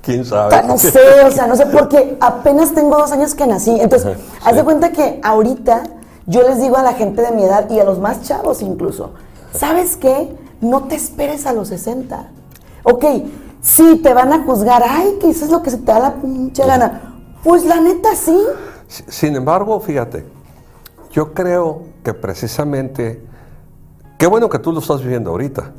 ¿Quién
O
sabe?
sea, no sé, o sea, no sé, porque apenas tengo dos años que nací. Entonces,
Ajá,
haz
sí.
de cuenta que ahorita yo les digo a la gente de mi edad y a los más chavos incluso, ¿sabes qué? No te esperes a los 60. Ok, sí, te van a juzgar, ay, que eso es lo que se te da la pinche gana. Pues la neta sí.
Si- Sin embargo, fíjate, yo creo que precisamente, qué bueno que tú lo estás viviendo ahorita.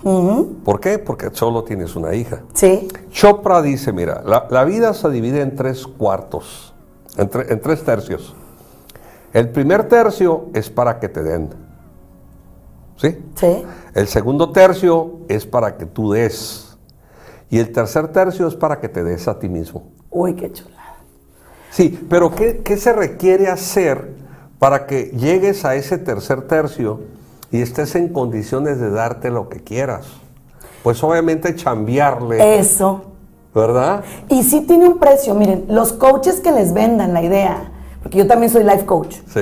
¿Por qué? Porque solo tienes una hija.
Sí,
Chopra dice, mira, la, la vida se divide en tres cuartos, en, tre- en tres tercios. El primer tercio es para que te den. ¿Sí?
sí.
El segundo tercio es para que tú des. Y el tercer tercio es para que te des a ti mismo.
Uy, qué chulada.
Sí, pero ¿qué, qué se requiere hacer para que llegues a ese tercer tercio y estés en condiciones de darte lo que quieras? Pues obviamente
Eh,
chambearle,
Eso.
¿verdad?
Y sí tiene un precio, miren, los coaches que les vendan la idea, porque yo también soy life coach,
Sí.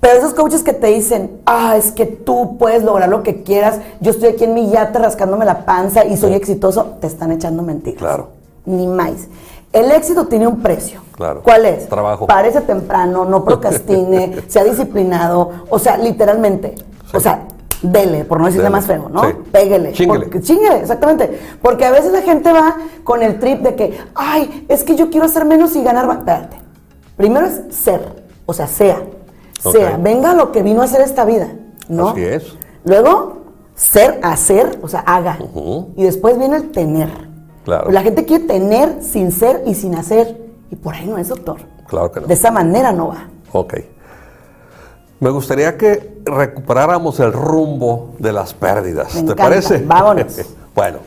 pero esos coaches que te dicen, ah, es que tú puedes lograr lo que quieras, yo estoy aquí en mi yate rascándome la panza y soy exitoso, te están echando mentiras.
Claro.
Ni más. El éxito tiene un precio.
Claro.
¿Cuál es?
Trabajo.
Parece temprano,
[laughs]
no procrastine, sea disciplinado, o sea, literalmente. O sea, dele, por no decirle
Dele.
más feo, ¿no?
Sí.
Péguele.
Chíngale.
Porque- Chíngale, exactamente. Porque a veces la gente va con el trip de que, ay, es que yo quiero hacer menos y ganar más. Espérate. Primero es ser, o sea, sea.
Ok.
Sea, venga lo que vino a hacer esta vida, ¿no?
Así es.
Luego, ser, hacer, o sea, haga.
Ujú.
Y después viene el tener.
Claro.
La gente quiere tener sin ser y sin hacer. Y por ahí no es, doctor.
Claro que no.
De esa manera no va.
Ok. Me gustaría que recuperáramos el rumbo de las pérdidas.
Me
¿Te
encanta.
parece?
Vámonos.
[laughs] bueno.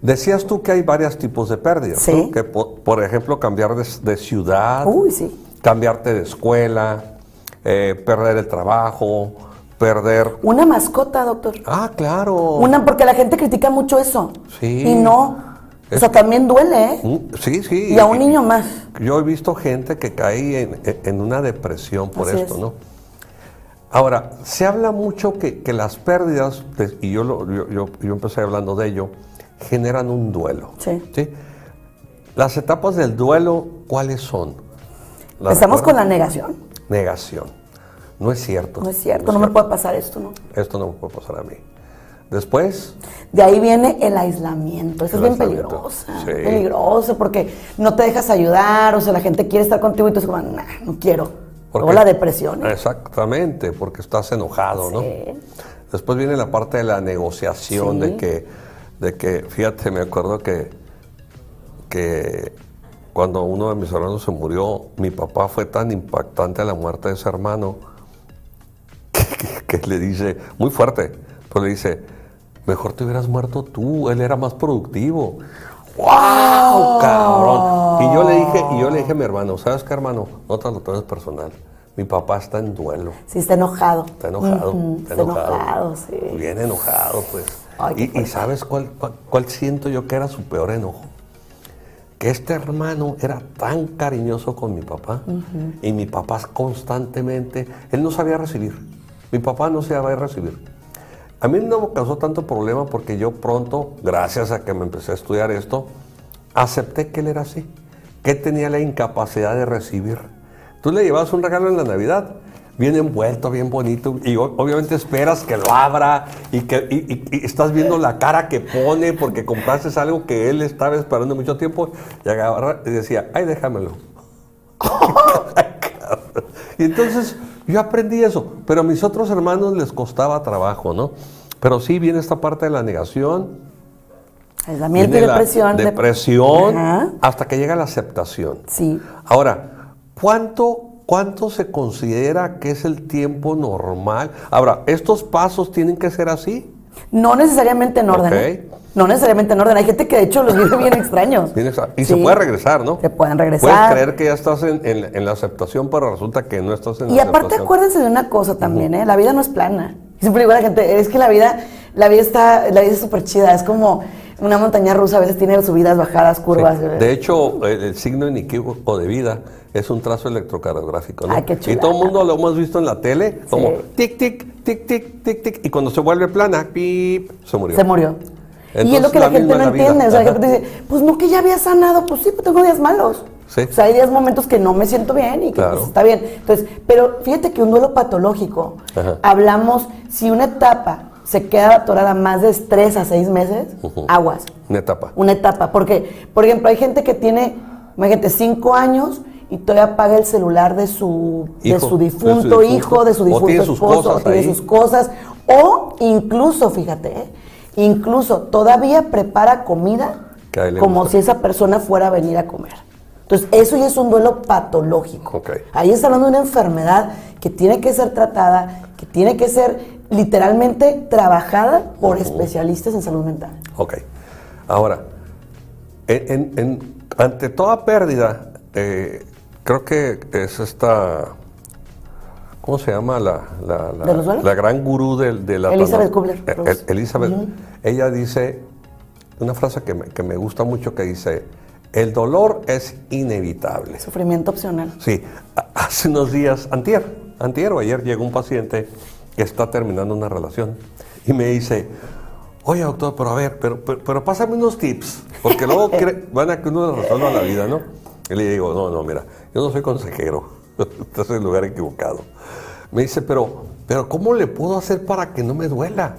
Decías tú que hay varios tipos de pérdidas.
Sí.
¿no? Que po- por, ejemplo, cambiar de, de ciudad.
Uy, sí.
Cambiarte de escuela. eh, perder el trabajo, perder...
Una mascota, doctor.
Ah, claro.
Una, porque la gente critica mucho eso.
Sí.
Y no. O
Es-
sea, también duele, ¿eh?
Mm, Sí, sí.
Y a un niño más.
Yo he visto gente que cae en, en una depresión por
Así
esto,
es.
¿no? Ahora, se habla mucho que, que las pérdidas, pues, y yo, lo- yo, yo- yo empecé hablando de ello, generan un duelo.
Sí.
Las etapas del duelo, ¿cuáles son? ¿Las
Empezamos con la
recuerdas?
negación.
negación. No es cierto.
No es cierto, no me puede pasar esto, ¿no?
Esto no me puede pasar a mí. Después,
De ahí viene el aislamiento. Eso
El
es bien
aislamiento,
peligroso.
sí.
Peligroso porque no te dejas ayudar, o sea, la gente quiere estar contigo y tú es como, nah, no quiero.
¿Por
o
qué?
la depresión. ¿eh?
Exactamente, porque estás enojado, ¿no?
Sí.
Después viene la parte de la negociación,
Sí.
de que, de que, fíjate, me acuerdo que, que cuando uno de mis hermanos se murió, mi papá fue tan impactante la muerte de ese hermano [laughs] que, que le dice, muy fuerte, pero le dice, mejor te hubieras muerto tú, él era más productivo.
Oh.
¡Wow, cabrón! Y yo le dije, y yo le dije a mi hermano, ¿sabes qué, hermano? No te lo tomes personal. Mi papá está en duelo.
Sí, está enojado.
Está enojado,
Ujú,
está enojado.
sí.
Bien enojado, pues.
Ay, qué
Y- y,
fuerte.
¿sabes cuál, cuál, cuál siento yo que era su peor enojo? Que este hermano era tan cariñoso con mi papá y mi papá constantemente, él no sabía recibir. Mi papá no sabía recibir. A mí no me causó tanto problema porque yo pronto, gracias a que me empecé a estudiar esto, acepté que él era así, que él tenía la incapacidad de recibir. Tú le llevabas un regalo en la Navidad, bien envuelto, bien bonito, y o- obviamente esperas que lo abra y que y- y- y estás viendo la cara que pone porque compraste algo que él estaba esperando mucho tiempo y agarra- y decía, ay, déjamelo. Y entonces yo aprendí eso, pero a mis otros hermanos les costaba trabajo, ¿no? Pero sí viene esta parte de la negación,
Aislamiento y
viene la
depresión. de-
depresión,
Ajá.
hasta que llega la aceptación.
Sí.
Ahora, ¿cuánto, ¿cuánto se considera que es el tiempo normal? Ahora, ¿estos pasos tienen que ser así?
No necesariamente en orden.
Ok.
¿eh? No necesariamente en orden. Hay gente que de hecho los vive bien extraños.
Bien, exa- Y
Sí.
se puede regresar, ¿no?
Se pueden regresar.
Puedes creer que ya estás en, en- en la aceptación, pero resulta que no estás en
Y
la
aparte
aceptación.
acuérdense de una cosa también, ¿eh? La vida no es plana. Siempre digo a la gente, es que la vida, la vida está, la vida es súper chida, es como una montaña rusa, a veces tiene subidas, bajadas,
Sí.
curvas.
Eh,
eh,
De hecho, eh, el, el signo inequívoco de vida es un trazo electrocardiográfico, ¿no?
Ay, qué
y
chulada.
todo el mundo lo hemos visto en la tele, como tic, tic, tic, tic, tic, tic, y cuando se vuelve plana, pip, se murió.
se murió. y es
Entonces,
lo que la,
la
gente
misma
no
es la vida.
entiende. O sea, la
Ajá.
gente dice, pues no que ya había sanado, pues sí, pues tengo días malos.
Sí.
O sea, hay días momentos que no me siento bien y que
Claro.
pues, está bien. Entonces, pero fíjate que un duelo patológico,
Ajá.
hablamos, si una etapa se queda atorada más de tres a seis meses,
Ujú.
aguas.
Una etapa.
Una etapa. Porque, por ejemplo, hay gente que tiene, imagínate, cinco años y todavía paga el celular de su, de
Hijo,
su
de su
difunto
difunto.
hijo, de su
O
difunto
tiene sus
esposo,
cosas
o tiene
ahí.
sus cosas. O incluso, fíjate, ¿eh? incluso todavía prepara comida
Que a él le
como
gusta.
si esa persona fuera a venir a comer. Entonces, eso ya es un duelo patológico.
Ok.
Ahí está hablando de una enfermedad que tiene que ser tratada, que tiene que ser literalmente trabajada por especialistas en salud mental.
Ok. Ahora, en- en- en- ante toda pérdida, eh, creo que es esta. ¿Cómo se llama la, la, la-
¿De los duelos?
la gran gurú del- de, la
Elizabeth Kubler,
Eh,
Ross.
el- Elizabeth. Ella dice una frase que me, que me gusta mucho que dice: el dolor es inevitable.
Sufrimiento opcional.
Sí, a- hace unos días, antier, antier o ayer llegó un paciente que está terminando una relación y me dice, oye doctor, pero a ver, pero, pero, pero pásame unos tips, porque
[laughs]
luego cre- van a que uno le resuelva la vida, ¿no? Y le digo, no, no, mira, yo no soy consejero, [laughs] estás en el lugar equivocado. Me dice, pero, pero ¿cómo le puedo hacer para que no me duela?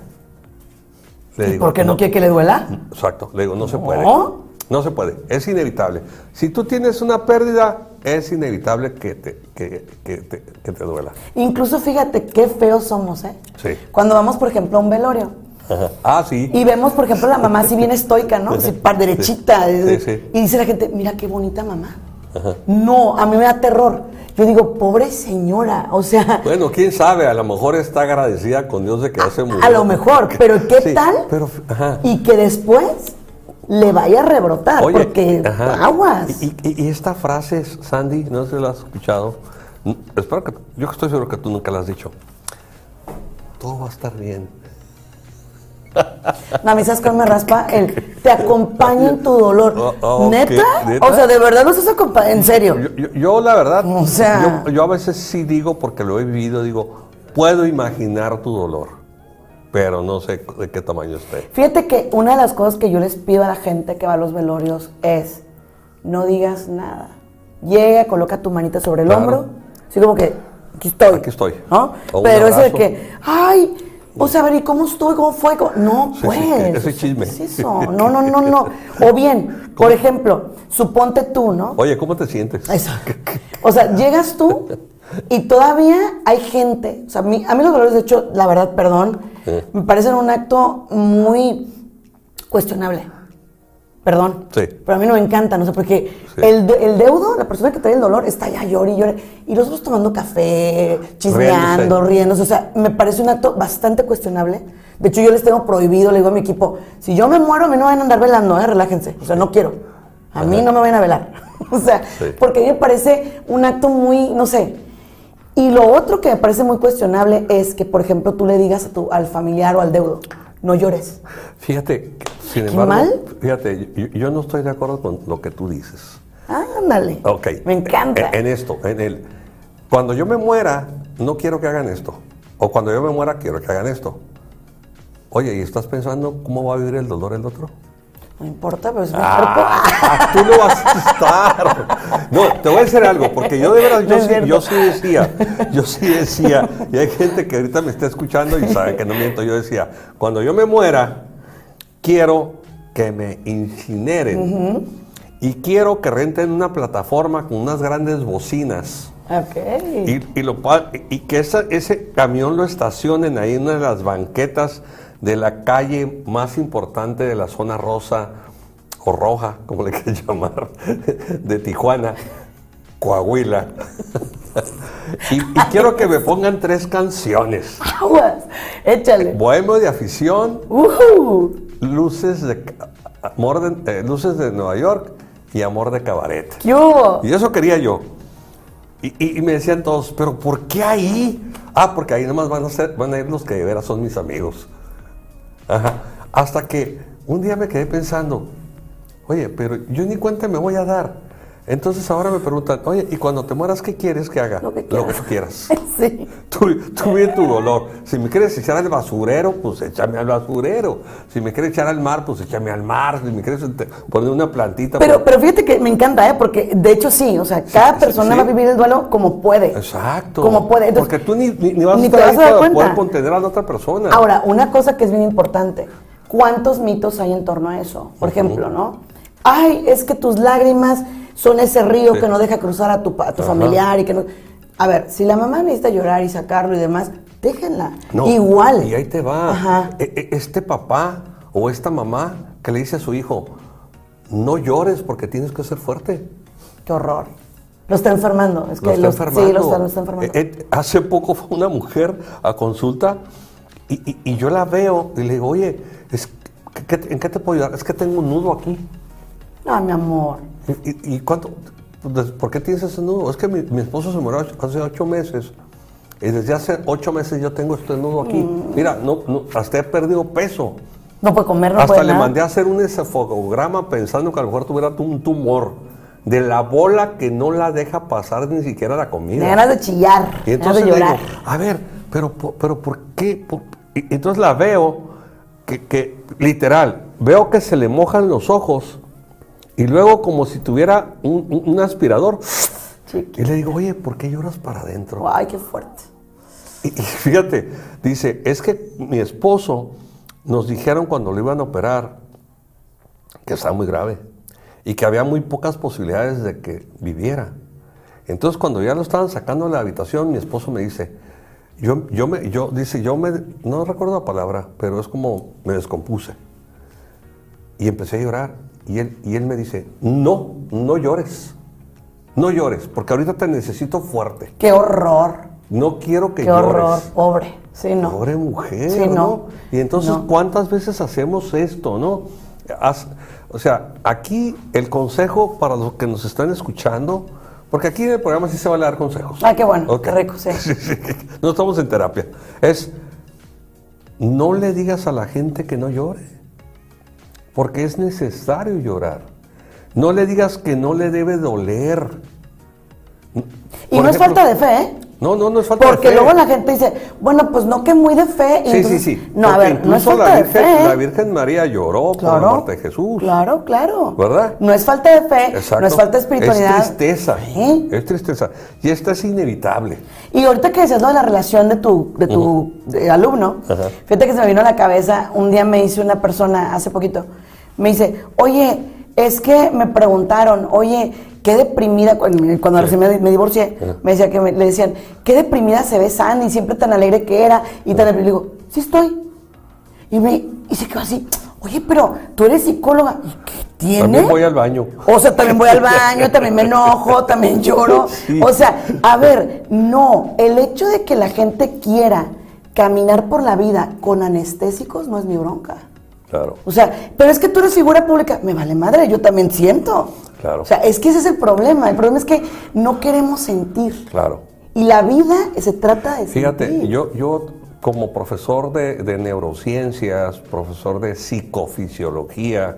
Le
¿Y
digo,
por qué no,
"No,
quiere que le duela?
Exacto, le digo, no se puede.
No.
No se puede, es inevitable. Si tú tienes una pérdida, es inevitable que te, que, que te, que te duela.
Incluso fíjate qué feos somos, ¿eh?
Sí.
Cuando vamos, por ejemplo, a un velorio
Ajá. Ah, sí.
y vemos, por ejemplo, la mamá así bien estoica, ¿no? Así par derechita.
Sí,
eh,
sí.
Y dice la gente, mira qué bonita mamá. No, a mí me da terror. Yo digo, pobre señora, o sea,
Bueno, quién sabe, a lo mejor está agradecida con Dios de que hace murió.
[laughs] a lo mejor, pero ¿qué
Sí,
tal?
pero- ajá.
Y que después le vaya a rebrotar, porque
ajá.
aguas.
Y, y- y esta frase, Sandy, no se la has escuchado, N- Espero que, yo que estoy seguro que tú nunca lo has dicho. Todo va a estar bien.
No, a mí sabes cuál me raspa el te acompaña en tu dolor.
Oh, oh,
¿Neta?
¿qué? ¿Neta?
O sea, de verdad no estás acompañando. En serio.
Yo, yo- yo, la verdad,
O sea-
yo, yo a veces sí digo, porque lo he vivido, digo, puedo imaginar tu dolor, pero no sé de qué tamaño esté.
Fíjate que una de las cosas que yo les pido a la gente que va a los velorios es no digas nada. Llega, coloca tu manita sobre el
Claro.
hombro, así como que aquí estoy.
Aquí estoy.
¿no?
O un
Pero eso de
abrazo.
que, ay, o sea, a ver, ¿y cómo estuve? ¿Cómo fue? ¿Cómo-?" No,
Sí, sí,
pues.
ese es chisme.
¿qué es eso? No, no,
[laughs]
no, no. O bien, por ejemplo, suponte tú, ¿no?
Oye, ¿cómo te sientes?
Eso. O sea, llegas tú y todavía hay gente. O sea, a mí, a mí los valores, de hecho, la verdad, perdón,
Sí.
me parecen un acto muy cuestionable. Perdón.
Sí.
Pero a mí no me encanta, no sé, porque
Sí.
el, de- el deudo, la persona que trae el dolor, está ya llori, llore. Y los otros tomando café, chismeando,
Riéndose.
riéndose. O sea, me parece un acto bastante cuestionable. De hecho, yo les tengo prohibido, le digo a mi equipo, si yo me muero, a mí no van a andar velando, ¿eh? relájense. O sea, no quiero. A mí
Ajá.
no me van a velar. [laughs] O sea,
Sí.
porque a mí me parece un acto muy, no sé. Y lo otro que me parece muy cuestionable es que, por ejemplo, tú le digas a tu, al familiar o al deudo, no llores.
Fíjate, sin
¿Qué
embargo,
mal?
fíjate, yo, yo no estoy de acuerdo con lo que tú dices.
Ándale.
Ok.
Me encanta.
En, en esto, en el. Cuando yo me muera, no quiero que hagan esto. O cuando yo me muera, quiero que hagan esto. Oye, ¿y estás pensando cómo va a vivir el dolor el otro?
No importa, pero es mi cuerpo.
Ah, [laughs] tú no vas a estar. No, te voy a decir algo, porque yo de verdad,
No
yo,
es
sí,
cierto.
yo sí decía, yo sí decía, y hay gente que ahorita me está escuchando y sabe que no miento, yo decía, cuando yo me muera, quiero que me incineren y quiero que renten una plataforma con unas grandes bocinas.
Ah, Ok.
Y, y lo, pa- y que esa- ese camión lo estacionen ahí en una de las banquetas de la calle más importante de la zona rosa o roja, como le [laughs] quieras llamar, de Tijuana, Coahuila. [laughs] y, y quiero que me pongan tres canciones.
Aguas. Échale.
Bohemio de afición,
Ujú.
luces de, Ca- amor de- eh, luces de Nueva York y amor de cabaret.
¿Qué hubo?
Y eso quería yo. Y, y- y me decían todos, ¿pero por qué ahí? Ah, porque ahí nomás van a, ser, van a ir los que de veras son mis amigos. Ajá. Hasta que un día me quedé pensando, oye, pero yo ni cuenta me voy a dar. Entonces ahora me preguntan, oye, ¿y cuando te mueras qué quieres que haga?
Lo que
Lo
quieras.
tú quieras. [laughs]
[laughs] Sí.
Tú, tú vive tu dolor. Si me quieres echar al basurero, pues échame al basurero. Si me quieres echar al mar, pues échame al mar. Si me quieres te- poner una plantita.
Pero,
pues-
pero fíjate que me encanta, ¿eh? Porque de hecho sí, o sea, cada
sí,
persona
sí.
va a vivir el duelo como puede.
Exacto.
Como puede. Entonces,
Porque tú ni, ni- ni vas
ni
a
te
estar ahí
vas a dar
para
cuenta.
poder contener a la otra persona.
Ahora, una cosa que es bien importante, ¿cuántos mitos hay en torno a eso? Por ejemplo, ¿no? Ay, es que tus lágrimas son ese río
Sí.
que no deja cruzar a tu, pa- a tu
Ajá.
familiar y que no... A ver, si la mamá necesita llorar y sacarlo y demás, déjenla.
No,
Igual.
Y ahí te va.
Ajá.
E- e- Este papá o esta mamá que le dice a su hijo, no llores porque tienes que ser fuerte.
Qué horror. Lo está enfermando. Es que
Lo está
los-
enfermando.
Sí, lo está, lo está enfermando.
Eh, eh, hace poco fue una mujer a consulta y, y- y yo la veo y le digo, oye, es, ¿qué- qué- ¿en qué te puedo ayudar? Es que tengo un nudo aquí.
Ah, mi amor.
¿Y, y- y cuánto? des- ¿Por qué tienes ese nudo? Es que mi, mi esposo se murió hace- hace ocho meses. Y desde hace ocho meses yo tengo este nudo aquí. Mira, no, no, hasta he perdido peso.
No puede comer, no
hasta
puede
le
nada.
mandé a hacer un esofagograma pensando que a lo mejor tuviera tu- un tumor de la bola que no la deja pasar ni siquiera la comida.
Me ganas de chillar.
Y
me ganas
entonces
de
le digo,
llorar.
a ver, pero, po- pero ¿por qué? Por- y- entonces la veo, que, que, literal, veo que se le mojan los ojos y luego como si tuviera un, un- un aspirador.
Chiqui.
Y le digo, oye, ¿por qué lloras para adentro?
Ay, qué fuerte.
Y, y fíjate, dice, es que mi esposo nos dijeron cuando lo iban a operar que estaba muy grave y que había muy pocas posibilidades de que viviera. Entonces cuando ya lo estaban sacando de la habitación, mi esposo me dice, yo, yo me, yo, dice, yo me, no recuerdo la palabra, pero es como me descompuse. Y empecé a llorar y él, y él me dice, no, no llores, no llores, porque ahorita te necesito fuerte.
Qué horror.
No quiero que
Qué
llores.
horror. Pobre. Sí, no.
Pobre mujer,
Sí, no.
no. Y entonces,
No.
¿cuántas veces hacemos esto, no? Haz- o sea, aquí el consejo para los que nos están escuchando, Porque aquí en el programa sí se van a dar consejos.
Ah, qué bueno,
Ok.
qué rico, sí.
[laughs] Sí, sí. No estamos en terapia. Es, no le digas a la gente que no llore, porque es necesario llorar. No le digas que no le debe doler.
Y
Por
no es
ejemplo-
falta de fe, ¿eh?
No, no, no es falta
Porque
de fe.
luego la gente dice, bueno, pues no que muy de fe. y
Sí, sí,
entonces-
sí.
No, a
Porque
ver, no es
incluso
falta
la
de
Virgen,
fe.
La Virgen María lloró por la
Claro.
muerte de Jesús.
Claro, claro.
¿Verdad?
No es falta de fe,
Exacto.
no es falta de espiritualidad. ¿Eh?
Es tristeza.
Sí.
Es tristeza. Y esta es inevitable.
Y ahorita que decías lo de la relación de tu, de tu eh, alumno,
Ajá.
fíjate que se me vino a la cabeza, un día me dice una persona hace poquito, me dice, oye, es que me preguntaron, oye, qué deprimida, cu- cuando recién me, me divorcié, me decía que me- le decían, qué deprimida se ve Sandy, siempre tan alegre que era, y tan le digo, sí estoy. Y me y se quedó así, oye, pero tú eres psicóloga, ¿y qué tiene?
También voy al baño.
O sea, también voy al baño, también me enojo, también lloro.
Sí.
O sea, a ver, no, el hecho de que la gente quiera caminar por la vida con anestésicos no es mi bronca.
Claro.
O sea, pero es que tú eres figura pública, me vale madre, yo también siento.
Claro.
O sea, es que ese es el problema. El problema es que no queremos sentir.
Claro.
Y la vida se trata de sentir.
Fíjate, yo, yo como profesor de, de neurociencias, profesor de psicofisiología,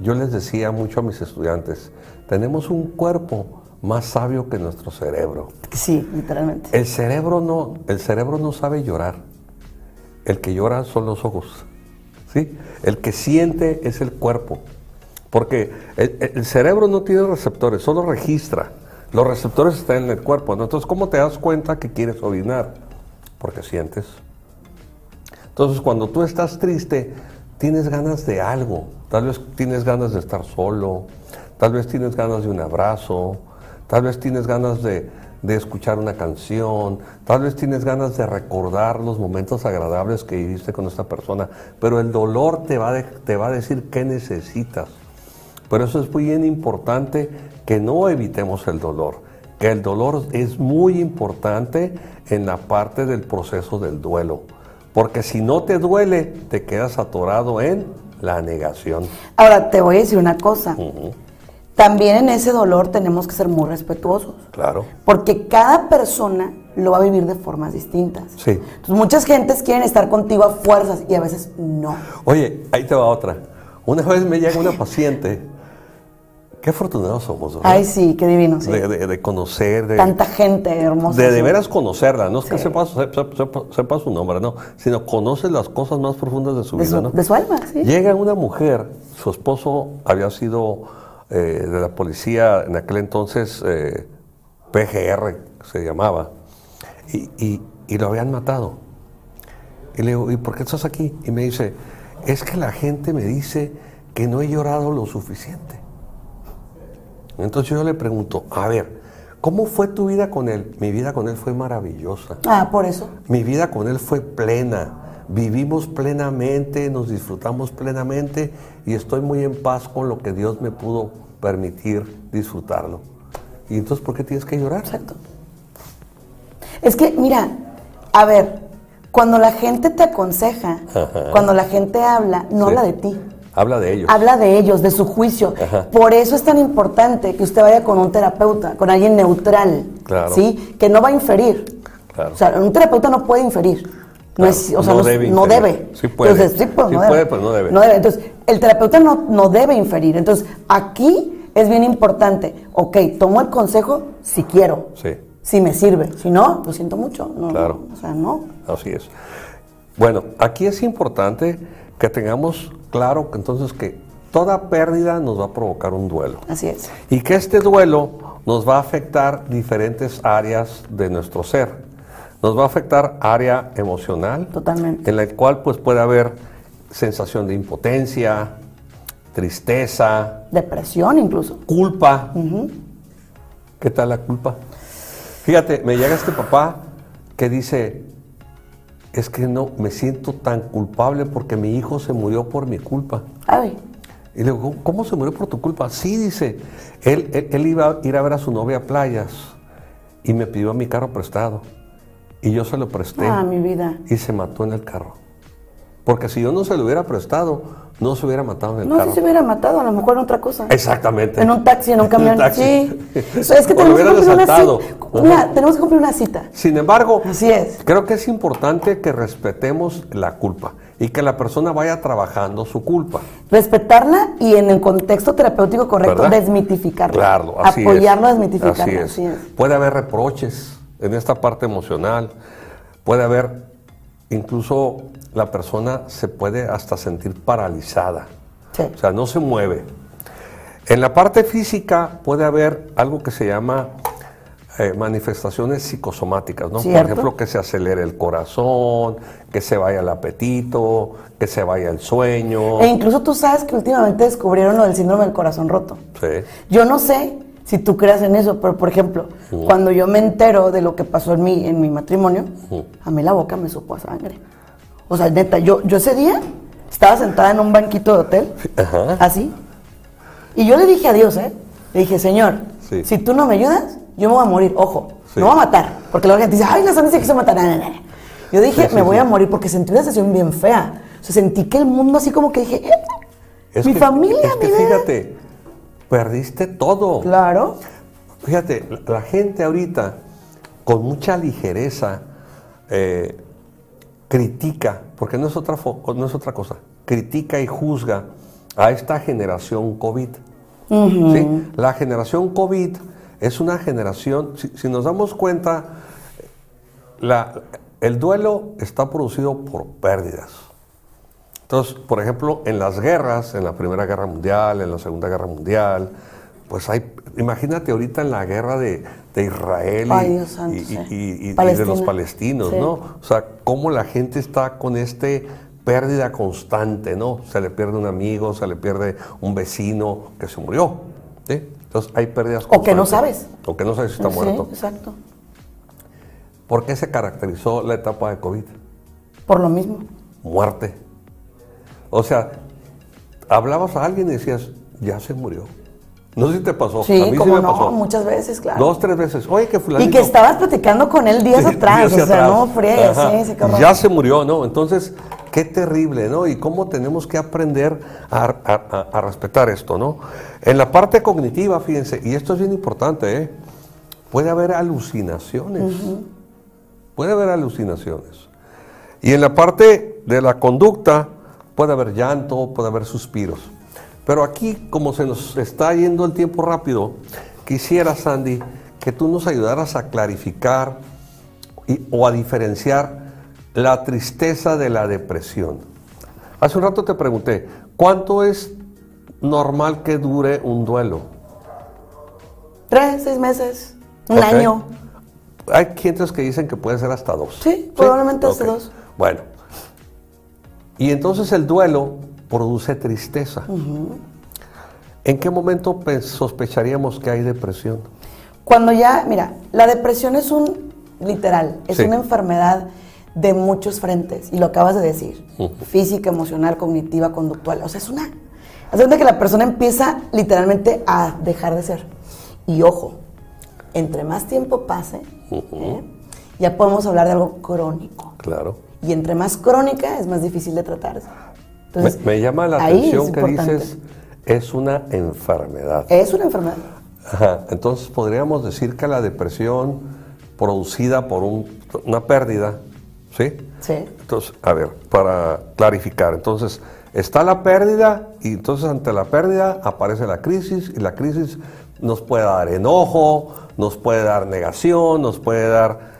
yo les decía mucho a mis estudiantes, tenemos un cuerpo más sabio que nuestro cerebro.
Sí, literalmente.
El cerebro no, el cerebro no sabe llorar. El que llora son los ojos. ¿sí? El que siente es el cuerpo. Porque el, el cerebro no tiene receptores, solo registra. Los receptores están en el cuerpo. ¿no? Entonces, ¿cómo te das cuenta que quieres orinar? Porque sientes. Entonces, cuando tú estás triste, tienes ganas de algo. Tal vez tienes ganas de estar solo, tal vez tienes ganas de un abrazo, tal vez tienes ganas de, de escuchar una canción, tal vez tienes ganas de recordar los momentos agradables que viviste con esta persona. Pero el dolor te va a de- te va a decir qué necesitas. Por eso es muy bien importante que no evitemos el dolor, que el dolor es muy importante en la parte del proceso del duelo, porque si no te duele, te quedas atorado en la negación.
Ahora, te voy a decir una cosa. También en ese dolor tenemos que ser muy respetuosos.
Claro.
Porque cada persona lo va a vivir de formas distintas.
Sí.
Entonces, muchas gentes quieren estar contigo a fuerzas y a veces no.
Oye, ahí te va otra. Una vez me llega una paciente. Qué afortunados somos, ¿verdad?
Ay, sí, qué divino. sí.
De, de- de conocer, de,
Tanta gente hermosa.
de, de
sí.
veras conocerla, no es que
Sí.
sepas sepa, sepa- sepa su nombre, no, sino conoces las cosas más profundas de su
De
vida,
su,
¿no?
de su alma, sí.
Llega una mujer, su esposo había sido eh, de la policía en aquel entonces, eh, PGR se llamaba, y, y- y lo habían matado. Y le digo, ¿y por qué estás aquí? Y me dice, es que la gente me dice que no he llorado lo suficiente. Entonces yo le pregunto, a ver, ¿cómo fue tu vida con él? Mi vida con él fue maravillosa.
Ah, por eso.
Mi vida con Él fue plena. Vivimos plenamente, nos disfrutamos plenamente y estoy muy en paz con lo que Dios me pudo permitir disfrutarlo. ¿Y entonces por qué tienes que llorar?
Exacto. Es que, mira, a ver, cuando la gente te aconseja,
Ajá.
cuando la gente habla, no
Sí.
habla de ti.
Habla de ellos.
Habla de ellos, de su juicio.
Ajá.
Por eso es tan importante que usted vaya con un terapeuta, con alguien neutral,
Claro.
¿sí? Que no va a inferir.
Claro.
O sea, un terapeuta no puede inferir. No,
Claro.
es- o sea,
No
no, es-
debe
no
inferir.
debe.
Sí puede.
Entonces, sí, pues,
Sí
no
puede, pero no debe.
Entonces, el terapeuta no, no debe inferir. Entonces, aquí es bien importante. Ok, tomo el consejo si quiero.
Sí.
Si me sirve. Si no, lo siento mucho. No,
Claro.
O sea, no.
Así es. Bueno, aquí es importante que tengamos claro que entonces que toda pérdida nos va a provocar un duelo.
Así es.
Y que este duelo nos va a afectar diferentes áreas de nuestro ser. Nos va a afectar área emocional,
Totalmente.
en la cual pues puede haber sensación de impotencia, tristeza,
Depresión incluso.
culpa. ¿Qué tal la culpa? Fíjate, me llega este papá que dice, es que no, me siento tan culpable porque mi hijo se murió por mi culpa.
Ay,
Y le digo, "¿Cómo- ¿cómo se murió por tu culpa? Sí, dice, él, él- él iba a ir a ver a su novia a playas y me pidió mi carro prestado. Y yo se lo presté
ah, mi vida.
y se mató en el carro. Porque si yo no se lo hubiera prestado, no se hubiera matado en el
No,
carro.
si se hubiera matado, a lo mejor en otra cosa.
Exactamente.
En un taxi,
[laughs]
en un camión.
taxi.
Sí. O sea, es que
O lo
tenemos que
hubieran
cumplir una
asaltado.
cita. Una- tenemos que cumplir una cita.
Sin embargo,
Así es.
creo que es importante que respetemos la culpa y que la persona vaya trabajando su culpa.
Respetarla y en el contexto terapéutico correcto,
¿Verdad?
desmitificarla.
Claro, así es.
Apoyarlo a desmitificarla.
Así es.
así es.
Puede haber reproches en esta parte emocional. Puede haber, incluso la persona se puede hasta sentir paralizada.
Sí.
O sea, no se mueve. En la parte física puede haber algo que se llama eh, manifestaciones psicosomáticas, ¿no? Por
Cierto.
ejemplo, que se acelere el corazón, que se vaya el apetito, que se vaya el sueño.
E incluso tú sabes que últimamente descubrieron lo del síndrome del corazón roto.
Sí.
Yo no sé si tú creas en eso, pero por ejemplo,
Uh.
cuando yo me entero de lo que pasó en mi, en mi matrimonio,
Ujú.
a mí la boca me supo a sangre. O sea, neta, yo, yo ese día estaba sentada en un banquito de hotel,
[laughs] Ajá.
así, y yo le dije a Dios, ¿eh? Le dije, Señor,
Sí.
si tú no me ayudas, yo me voy a morir, ojo,
Sí.
me voy a matar. Porque la gente dice, ay, la Sandy se quiso matar. No, no, no. Yo dije,
Sí, sí,
me voy
sí.
a morir porque sentí una sensación bien fea. O sea, sentí que el mundo así como que dije, "Eh,
Es
mi
que-
familia,
es que
mi vida".
fíjate, perdiste todo.
Claro.
Fíjate, la- la gente ahorita con mucha ligereza eh, critica, porque no es, otra fo- no es otra cosa, critica y juzga a esta generación COVID. ¿sí? La generación COVID es una generación, si, si nos damos cuenta, la- el duelo está producido por pérdidas. Entonces, por ejemplo, en las guerras, en la Primera Guerra Mundial, en la Segunda Guerra Mundial, pues hay, imagínate ahorita en la guerra de, de Israel y-
Ay, Dios santo,
y, y-
sí.
y- y de
Palestina.
los palestinos,
Sí.
¿no? O sea, cómo la gente está con este pérdida constante, ¿no? Se le pierde un amigo, se le pierde un vecino que se murió, ¿sí? Entonces hay pérdidas
O que no
constantes.
sabes.
O que no sabes si está
Sí,
muerto.
Exacto.
¿Por qué se caracterizó la etapa de COVID?
Por lo mismo.
muerte. O sea, hablabas a alguien y decías, ya se murió. No sé si te pasó. a mí
Sí,
sí
como
me
no,
pasó.
muchas veces, claro.
Dos, tres veces. Oye, que fulanito.
y que estabas platicando con él días
Sí,
atrás,
días
o sea,
atrás.
no fregues,
Ajá.
sí, sí, qué horror.
Ya se murió, ¿no? Entonces, qué terrible, ¿no? Y cómo tenemos que aprender a, a- a- a respetar esto, ¿no? En la parte cognitiva, fíjense, y esto es bien importante, ¿eh? Puede haber alucinaciones. Puede haber alucinaciones. Y en la parte de la conducta puede haber llanto, puede haber suspiros. Pero aquí, como se nos está yendo el tiempo rápido, quisiera, Sandy, que tú nos ayudaras a clarificar y- o a diferenciar la tristeza de la depresión. Hace un rato te pregunté, ¿cuánto es normal que dure un duelo?
Tres, seis meses, un
Ok.
año.
Hay clientes que dicen que puede ser hasta dos.
Sí, probablemente hasta
Ok.
dos.
Bueno. Y entonces el duelo produce tristeza. ¿En qué momento pe- sospecharíamos que hay depresión?
Cuando ya, mira, la depresión es un, literal, es
Sí.
una enfermedad de muchos frentes, y lo acabas de decir, física, emocional, cognitiva, conductual, o sea, es una... Haz de cuenta que la persona empieza literalmente a dejar de ser. Y ojo, entre más tiempo pase, ¿eh? ya podemos hablar de algo crónico.
Claro.
Y entre más crónica es más difícil de tratarse.
Me,
Entonces,
me llama la
ahí
atención
es
que
importante.
dices, es una enfermedad.
Es una enfermedad.
Ajá, Entonces podríamos decir que la depresión producida por un- una pérdida, ¿sí?
Sí. [laughs]
Entonces, a ver, para clarificar, entonces está la pérdida y entonces ante la pérdida aparece la crisis y la crisis nos puede dar enojo, nos puede dar negación, nos puede dar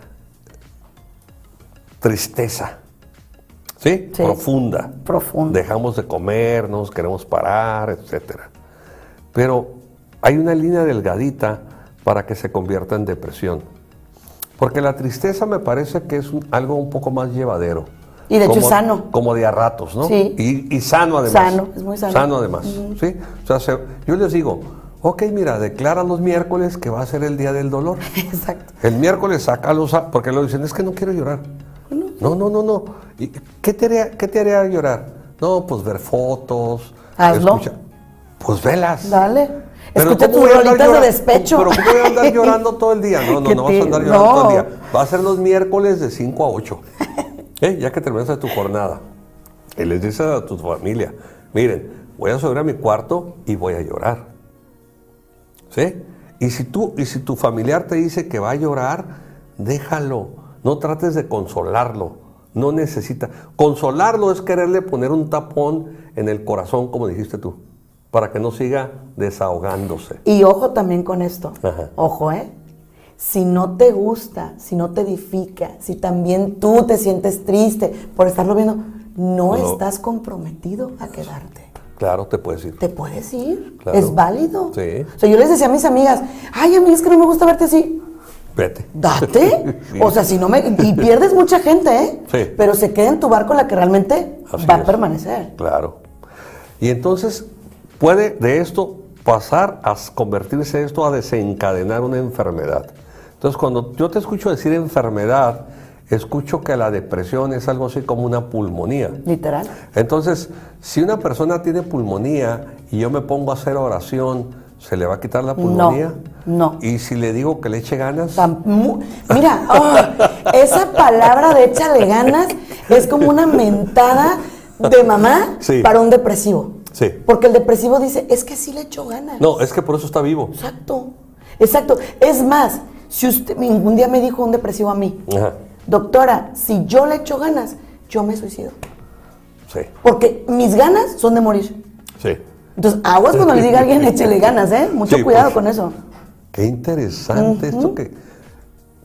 tristeza, ¿sí?
Sí.
Profunda.
Profunda.
Dejamos de comer, no nos queremos parar, etcétera. Pero hay una línea delgadita para que se convierta en depresión. Porque la tristeza me parece que es un- algo un poco más llevadero.
Y de hecho
Como-
sano.
Como de a ratos, ¿no?
Sí.
Y, y sano además.
Sano, es muy sano.
además, ¿sí? O sea, se- yo les digo, ok, mira, declara los miércoles que va a ser el día del dolor.
Exacto.
El miércoles sácalos, a- porque lo dicen, es que no quiero llorar. No, no, no, no. ¿Y ¿Qué te haría, qué te haría llorar? No, pues ver fotos.
Hazlo.
Pues velas.
Dale.
Pero
Escucha
¿cómo
tus
voy a andar
rolitas de
llora-
despecho.
Pero ¿cómo voy a
[laughs]
andar llorando todo el día? No, no,
¿Qué
no vas a
te-
andar llorando
no.
todo el día. Va a ser los miércoles de 5 a 8. ¿eh? Ya que terminas tu jornada. Y les dices a tu familia, miren, voy a subir a mi cuarto y voy a llorar. ¿Sí? Y si tú, y si tu familiar te dice que va a llorar, déjalo. No trates de consolarlo. No necesita. Consolarlo es quererle poner un tapón en el corazón, como dijiste tú, para que no siga desahogándose.
Y ojo también con esto.
Ajá.
Ojo, ¿eh? Si no te gusta, si no te edifica, si también tú te sientes triste por estarlo viendo,
No.
no, estás comprometido a quedarte.
Claro, te puedes ir.
Te puedes ir.
Claro.
Es válido.
Sí.
O sea, yo les decía a mis amigas, ay, a mí es que no me gusta verte así.
Vete.
Date.
[laughs] Sí.
O sea, si no me. Y pierdes mucha gente, ¿eh?
Sí.
Pero se queda en tu barco la que realmente
Así
va a
es.
permanecer.
Claro. Y entonces puede de esto pasar a s- convertirse esto a desencadenar una enfermedad. Entonces cuando yo te escucho decir enfermedad, escucho que la depresión es algo así como una pulmonía.
Literal.
Entonces, si una persona tiene pulmonía y yo me pongo a hacer oración, ¿se le va a quitar la pulmonía?
no.
Y si le digo que le eche ganas,
Tan- mu- Mira, oh, esa palabra de échale ganas es como una mentada de mamá
Sí.
para un depresivo.
Sí.
Porque el depresivo dice, es que sí le echo ganas.
no, es que por eso está vivo.
Exacto, exacto. Es más, si usted, mi- un día me dijo un depresivo a mí,
Ajá.
doctora, si yo le echo ganas, yo me suicido.
Sí,
Porque mis ganas son de morir.
sí.
Entonces, aguas cuando le diga a alguien, échele ganas, ¿eh? Mucho
Sí,
cuidado
pues.
con eso.
Qué interesante esto que...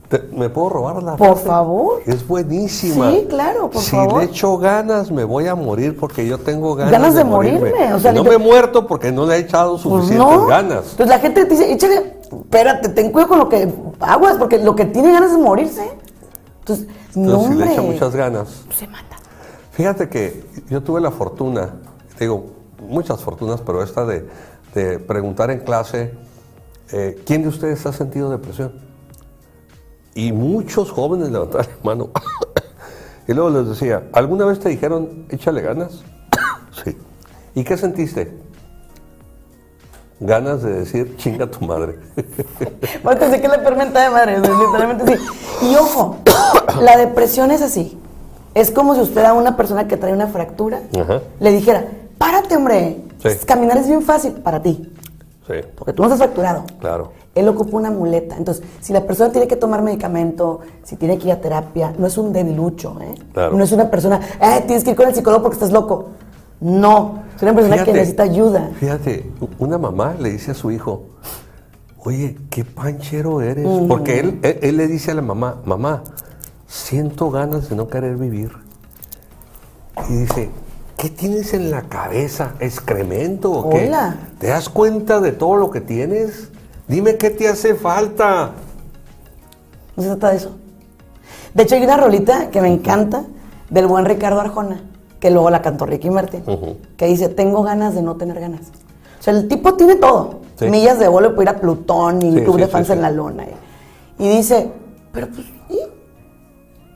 te- ¿Me puedo robar la
Por
frase?
favor.
Es buenísima.
Sí, claro, por
si
favor.
le echo ganas, me voy a morir porque yo tengo ganas,
Ganas de
morirme.
morirme, o sea,
Y no
liter-
me he muerto porque no le he echado
Pues
suficientes
no.
ganas.
Entonces la gente te dice, échale, espérate, ten cuidado con lo que aguas, porque lo que tiene ganas es morirse. Entonces, no,
Entonces, si le
hombre,
echa muchas ganas.
se mata.
Fíjate que yo tuve la fortuna, te digo, muchas fortunas, pero esta de, de preguntar en clase, eh, ¿quién de ustedes ha sentido depresión? Y muchos jóvenes levantaron la mano. [laughs] y luego les decía, ¿alguna vez te dijeron, échale ganas? [coughs] sí. ¿Y qué sentiste? Ganas de decir, chinga tu madre. [laughs]
Aparte sé que la permenta de madre, o sea, literalmente sí. Y ojo, la depresión es así. Es como si usted a una persona que trae una fractura
Ajá.
le dijera, párate, hombre.
Sí.
Caminar es bien fácil para ti,
sí,
porque tú no estás fracturado.
claro.
Él ocupa una muleta. Entonces, si la persona tiene que tomar medicamento, si tiene que ir a terapia, no es un debilucho, ¿eh?
Claro.
No es una persona, "Ay, tienes que ir con el psicólogo porque estás loco. No, es una persona que
Fíjate,
necesita ayuda.
Fíjate, una mamá le dice a su hijo, oye, qué panchero eres. Porque él, él, él le dice a la mamá, mamá, siento ganas de no querer vivir. Y dice, ¿qué tienes en la cabeza? ¿Excremento o qué?
Hola.
¿Te das cuenta de todo lo que tienes? Dime qué te hace falta.
No se trata de eso. De hecho, hay una rolita que me encanta del buen Ricardo Arjona, que luego la cantó Ricky Martin,
Ujú.
que dice, tengo ganas de no tener ganas. O sea, el tipo tiene todo.
Sí.
Millas de vuelo para ir a Plutón y
Sí,
club
sí,
de
sí,
fans
sí.
en la luna. Y, y dice, pero pues, ¿y?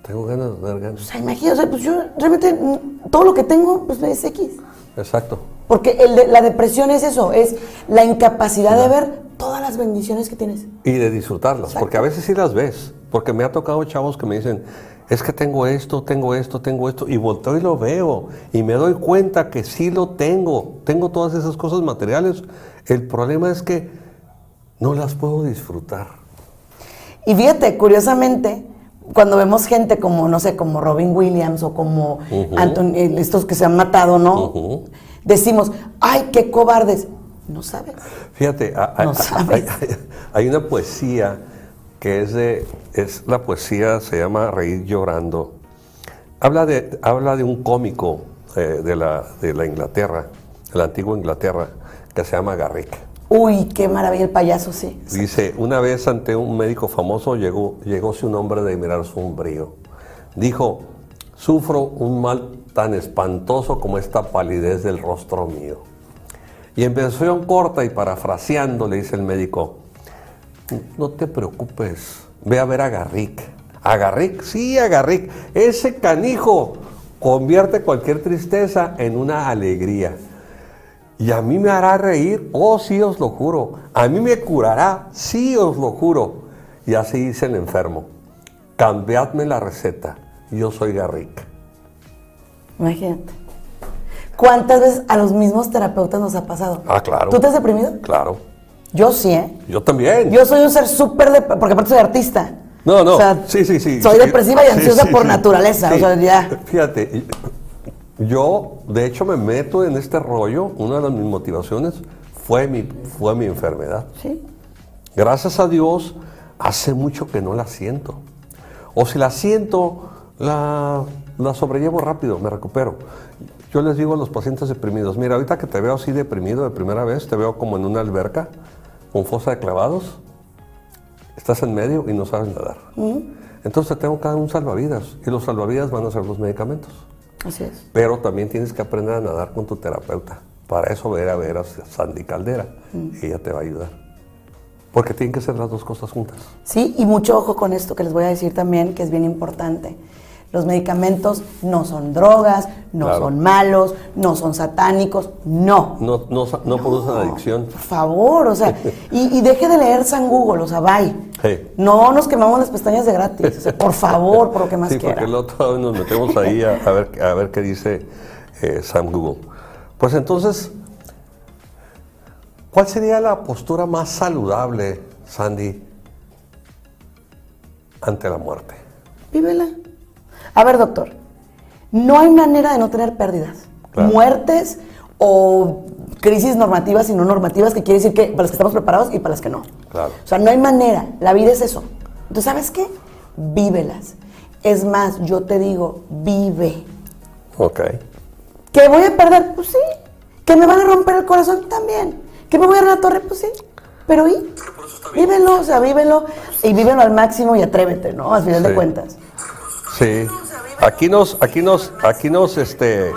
Tengo ganas de dar ganas.
O sea, imagínate, o sea, pues yo realmente mm, todo lo que tengo, pues me es X.
Exacto.
Porque el de- la depresión es eso, es la incapacidad de ver todas las bendiciones que tienes.
Y de disfrutarlas, porque a veces sí las ves. Porque me ha tocado chavos que me dicen, es que tengo esto, tengo esto, tengo esto, y volteo y lo veo, y me doy cuenta que sí lo tengo, tengo todas esas cosas materiales. El problema es que no las puedo disfrutar.
Y fíjate, curiosamente, cuando vemos gente como, no sé, como Robin Williams o como Anton- eh, estos que se han matado, ¿no?
Ujú.
Decimos, ay, qué cobardes. No sabes.
Fíjate, a- a-
No
a-
sabes.
hay, hay una poesía que es de, es la poesía se llama Reír llorando. Habla de, habla de un cómico eh, de, la, de la Inglaterra, de la antigua Inglaterra, que se llama Garrick.
Uy, qué maravilla el payaso, sí.
Dice, una vez ante un médico famoso llegó, llegóse un hombre de mirar sombrío. Dijo, sufro un mal tan espantoso como esta palidez del rostro mío. Y en versión corta y parafraseando le dice el médico, no te preocupes, ve a ver a Garrick. A Garrick, sí, a Garrick. Ese canijo convierte cualquier tristeza en una alegría. Y a mí me hará reír, oh sí os lo juro. A mí me curará, sí os lo juro. Y así dice el enfermo, cambiadme la receta, yo soy Garrick.
Imagínate. ¿Cuántas veces a los mismos terapeutas nos ha pasado?
Ah, claro.
¿Tú te has deprimido?
Claro.
Yo sí, ¿eh?
Yo también.
Yo soy un ser súper dep- porque aparte soy artista.
No, no.
O sea,
sí, sí, sí.
Soy
Sí.
depresiva y
Sí,
ansiosa
sí,
por
sí.
naturaleza. O
Sí.
sea, ya.
Fíjate, y- yo de hecho me meto en este rollo. Una de las- mis motivaciones fue mi, fue mi enfermedad.
Sí.
Gracias a Dios, hace mucho que no la siento. O si la siento, la, la sobrellevo rápido, me recupero. Yo les digo a los pacientes deprimidos, mira, ahorita que te veo así deprimido de primera vez, te veo como en una alberca con fosa de clavados, estás en medio y no sabes nadar. Entonces te tengo que dar un salvavidas y los salvavidas van a ser los medicamentos.
Así es.
Pero también tienes que aprender a nadar con tu terapeuta. Para eso ver a ver a Sandy Caldera.
Mm.
Ella te va a ayudar. Porque tienen que ser las dos cosas juntas.
Sí, y mucho ojo con esto que les voy a decir también, que es bien importante. Los medicamentos no son drogas, no
Claro.
son malos, no son satánicos, no.
No, no, sa- no producen adicción.
Por favor,
[laughs]
o sea, y, y deje de leer San Google, o sea, bye.
Sí.
No nos quemamos las pestañas de gratis, o sea, por favor, por lo que más
sí,
quiera.
porque el otro nos metemos ahí a, a ver, a ver qué dice eh, Sam Google. Pues entonces, ¿cuál sería la postura más saludable, Sandy, ante la muerte?
Vívela. A ver, doctor, no hay manera de no tener pérdidas,
Claro.
muertes o crisis normativas y no normativas, que quiere decir que para las que estamos preparados y para las que no.
Claro.
O sea, no hay manera. La vida es eso. Entonces, ¿sabes qué? Vívelas. Es más, yo te digo, vive.
Ok.
¿Que voy a perder? Pues sí. ¿Que me van a romper el corazón? También. ¿Que me voy a ir a la torre? Pues sí. Pero ¿y? Vívelo, o sea, vívelo. Y vívelo al máximo y atrévete, ¿no? Al final
Sí.
de cuentas.
Sí. Aquí nos, aquí nos, aquí nos, este,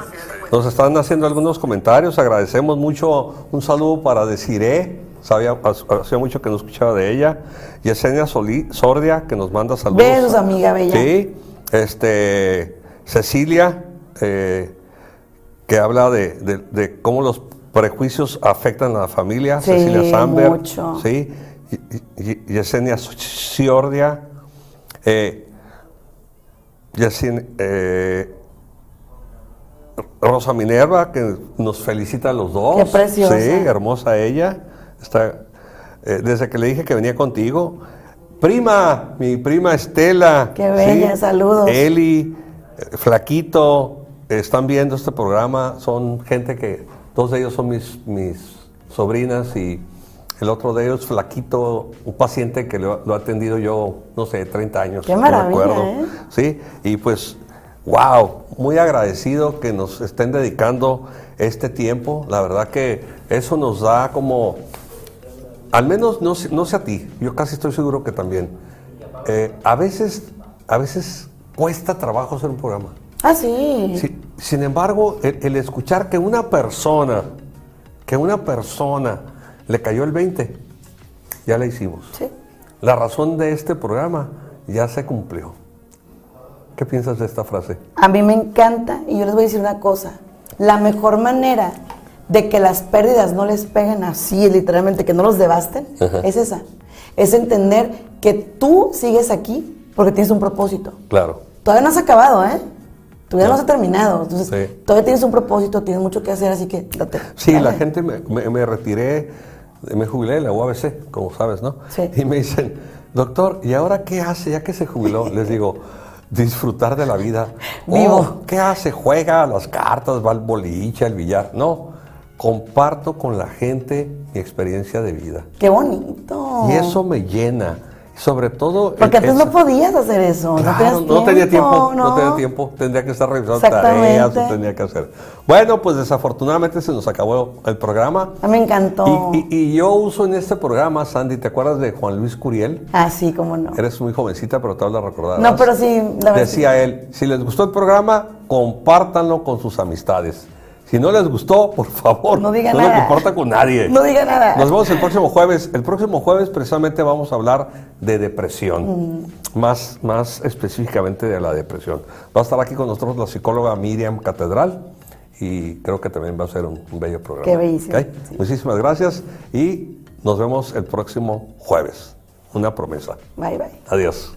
nos están haciendo algunos comentarios. Agradecemos mucho. Un saludo para Desiree. Sabía, hacía mucho que no escuchaba de ella. Yesenia Solí- Sordia, que nos manda saludos.
Besos, amiga bella.
Sí. Este, Cecilia, eh, que habla de, de- de cómo los prejuicios afectan a la familia.
Sí,
Cecilia Samber.
mucho.
Sí. Y- y- y- Yesenia Sordia. Eh, Yacine- eh, Rosa Minerva, que nos felicita a los dos.
Qué preciosa.
Sí, hermosa ella. Está, eh, desde que le dije que venía contigo. Prima, mi prima Estela.
Qué bella, saludos.
Eli, eh, Flaquito, eh, están viendo este programa. Son gente que, dos de ellos son mis, mis sobrinas y el otro de ellos, Flaquito, un paciente que lo, lo he atendido yo, no sé, 30 años.
Qué
no
maravilla,
recuerdo.
¿eh?
Sí, y pues, wow, muy agradecido que nos estén dedicando este tiempo. La verdad que eso nos da como, al menos no, sé- no sé a ti, yo casi estoy seguro que también. Eh, a veces, a veces cuesta trabajo hacer un programa.
Ah, sí.
Sí, sin embargo, el, el escuchar que una persona, que una persona le cayó el 20, ya la hicimos.
Sí.
La razón de este programa ya se cumplió. ¿Qué piensas de esta frase?
A mí me encanta y yo les voy a decir una cosa. La mejor manera de que las pérdidas no les peguen así, literalmente, que no los devasten,
Ajá.
es esa. Es entender que tú sigues aquí porque tienes un propósito.
Claro.
Todavía no has acabado, ¿eh? Todavía no,
No.
has terminado. Entonces,
Sí.
todavía tienes un propósito, tienes mucho que hacer, así que date.
Sí, la
dale.
gente me, me- me retiré, me jubilé en la UABC, como sabes, ¿no?
Sí.
Y me dicen, doctor, ¿y ahora qué hace ya que se
[laughs]
jubiló? Les digo, disfrutar de la vida.
Vivo.
"Oh, ¿Qué hace? Juega a las cartas, va al boliche, al billar. No, comparto con la gente mi experiencia de vida.
Qué bonito.
Y eso me llena. Sobre todo... el-
Oh. Porque antes
el-
no podías hacer eso. no,
Claro,
tenías
no tenía tiempo, no.
no.
tenía tiempo. Tendría que estar revisando
Exactamente.
tareas, o tenía que hacer. Bueno, pues desafortunadamente se nos acabó el programa.
Ah, Me encantó.
Y, y- y yo uso en este programa, Sandy, ¿te acuerdas de Juan Luis Curiel?
Así como Ah, no.
Eres muy jovencita, pero te habla recordar.
No, pero sí, la verdad. sí.
Decía él, si les gustó el programa, compártanlo con sus amistades. Si no les gustó, por favor,
No diga
lo
nada.
compartan con nadie.
No diga nada.
Nos vemos el próximo jueves. El próximo jueves precisamente vamos a hablar de depresión, más, más específicamente de la depresión. Va a estar aquí con nosotros la psicóloga Miriam Catedral y creo que también va a ser un, un bello programa.
Qué bellísimo,
¿Ok?
sí.
Muchísimas gracias y nos vemos el próximo jueves. Una promesa.
Bye, bye.
Adiós.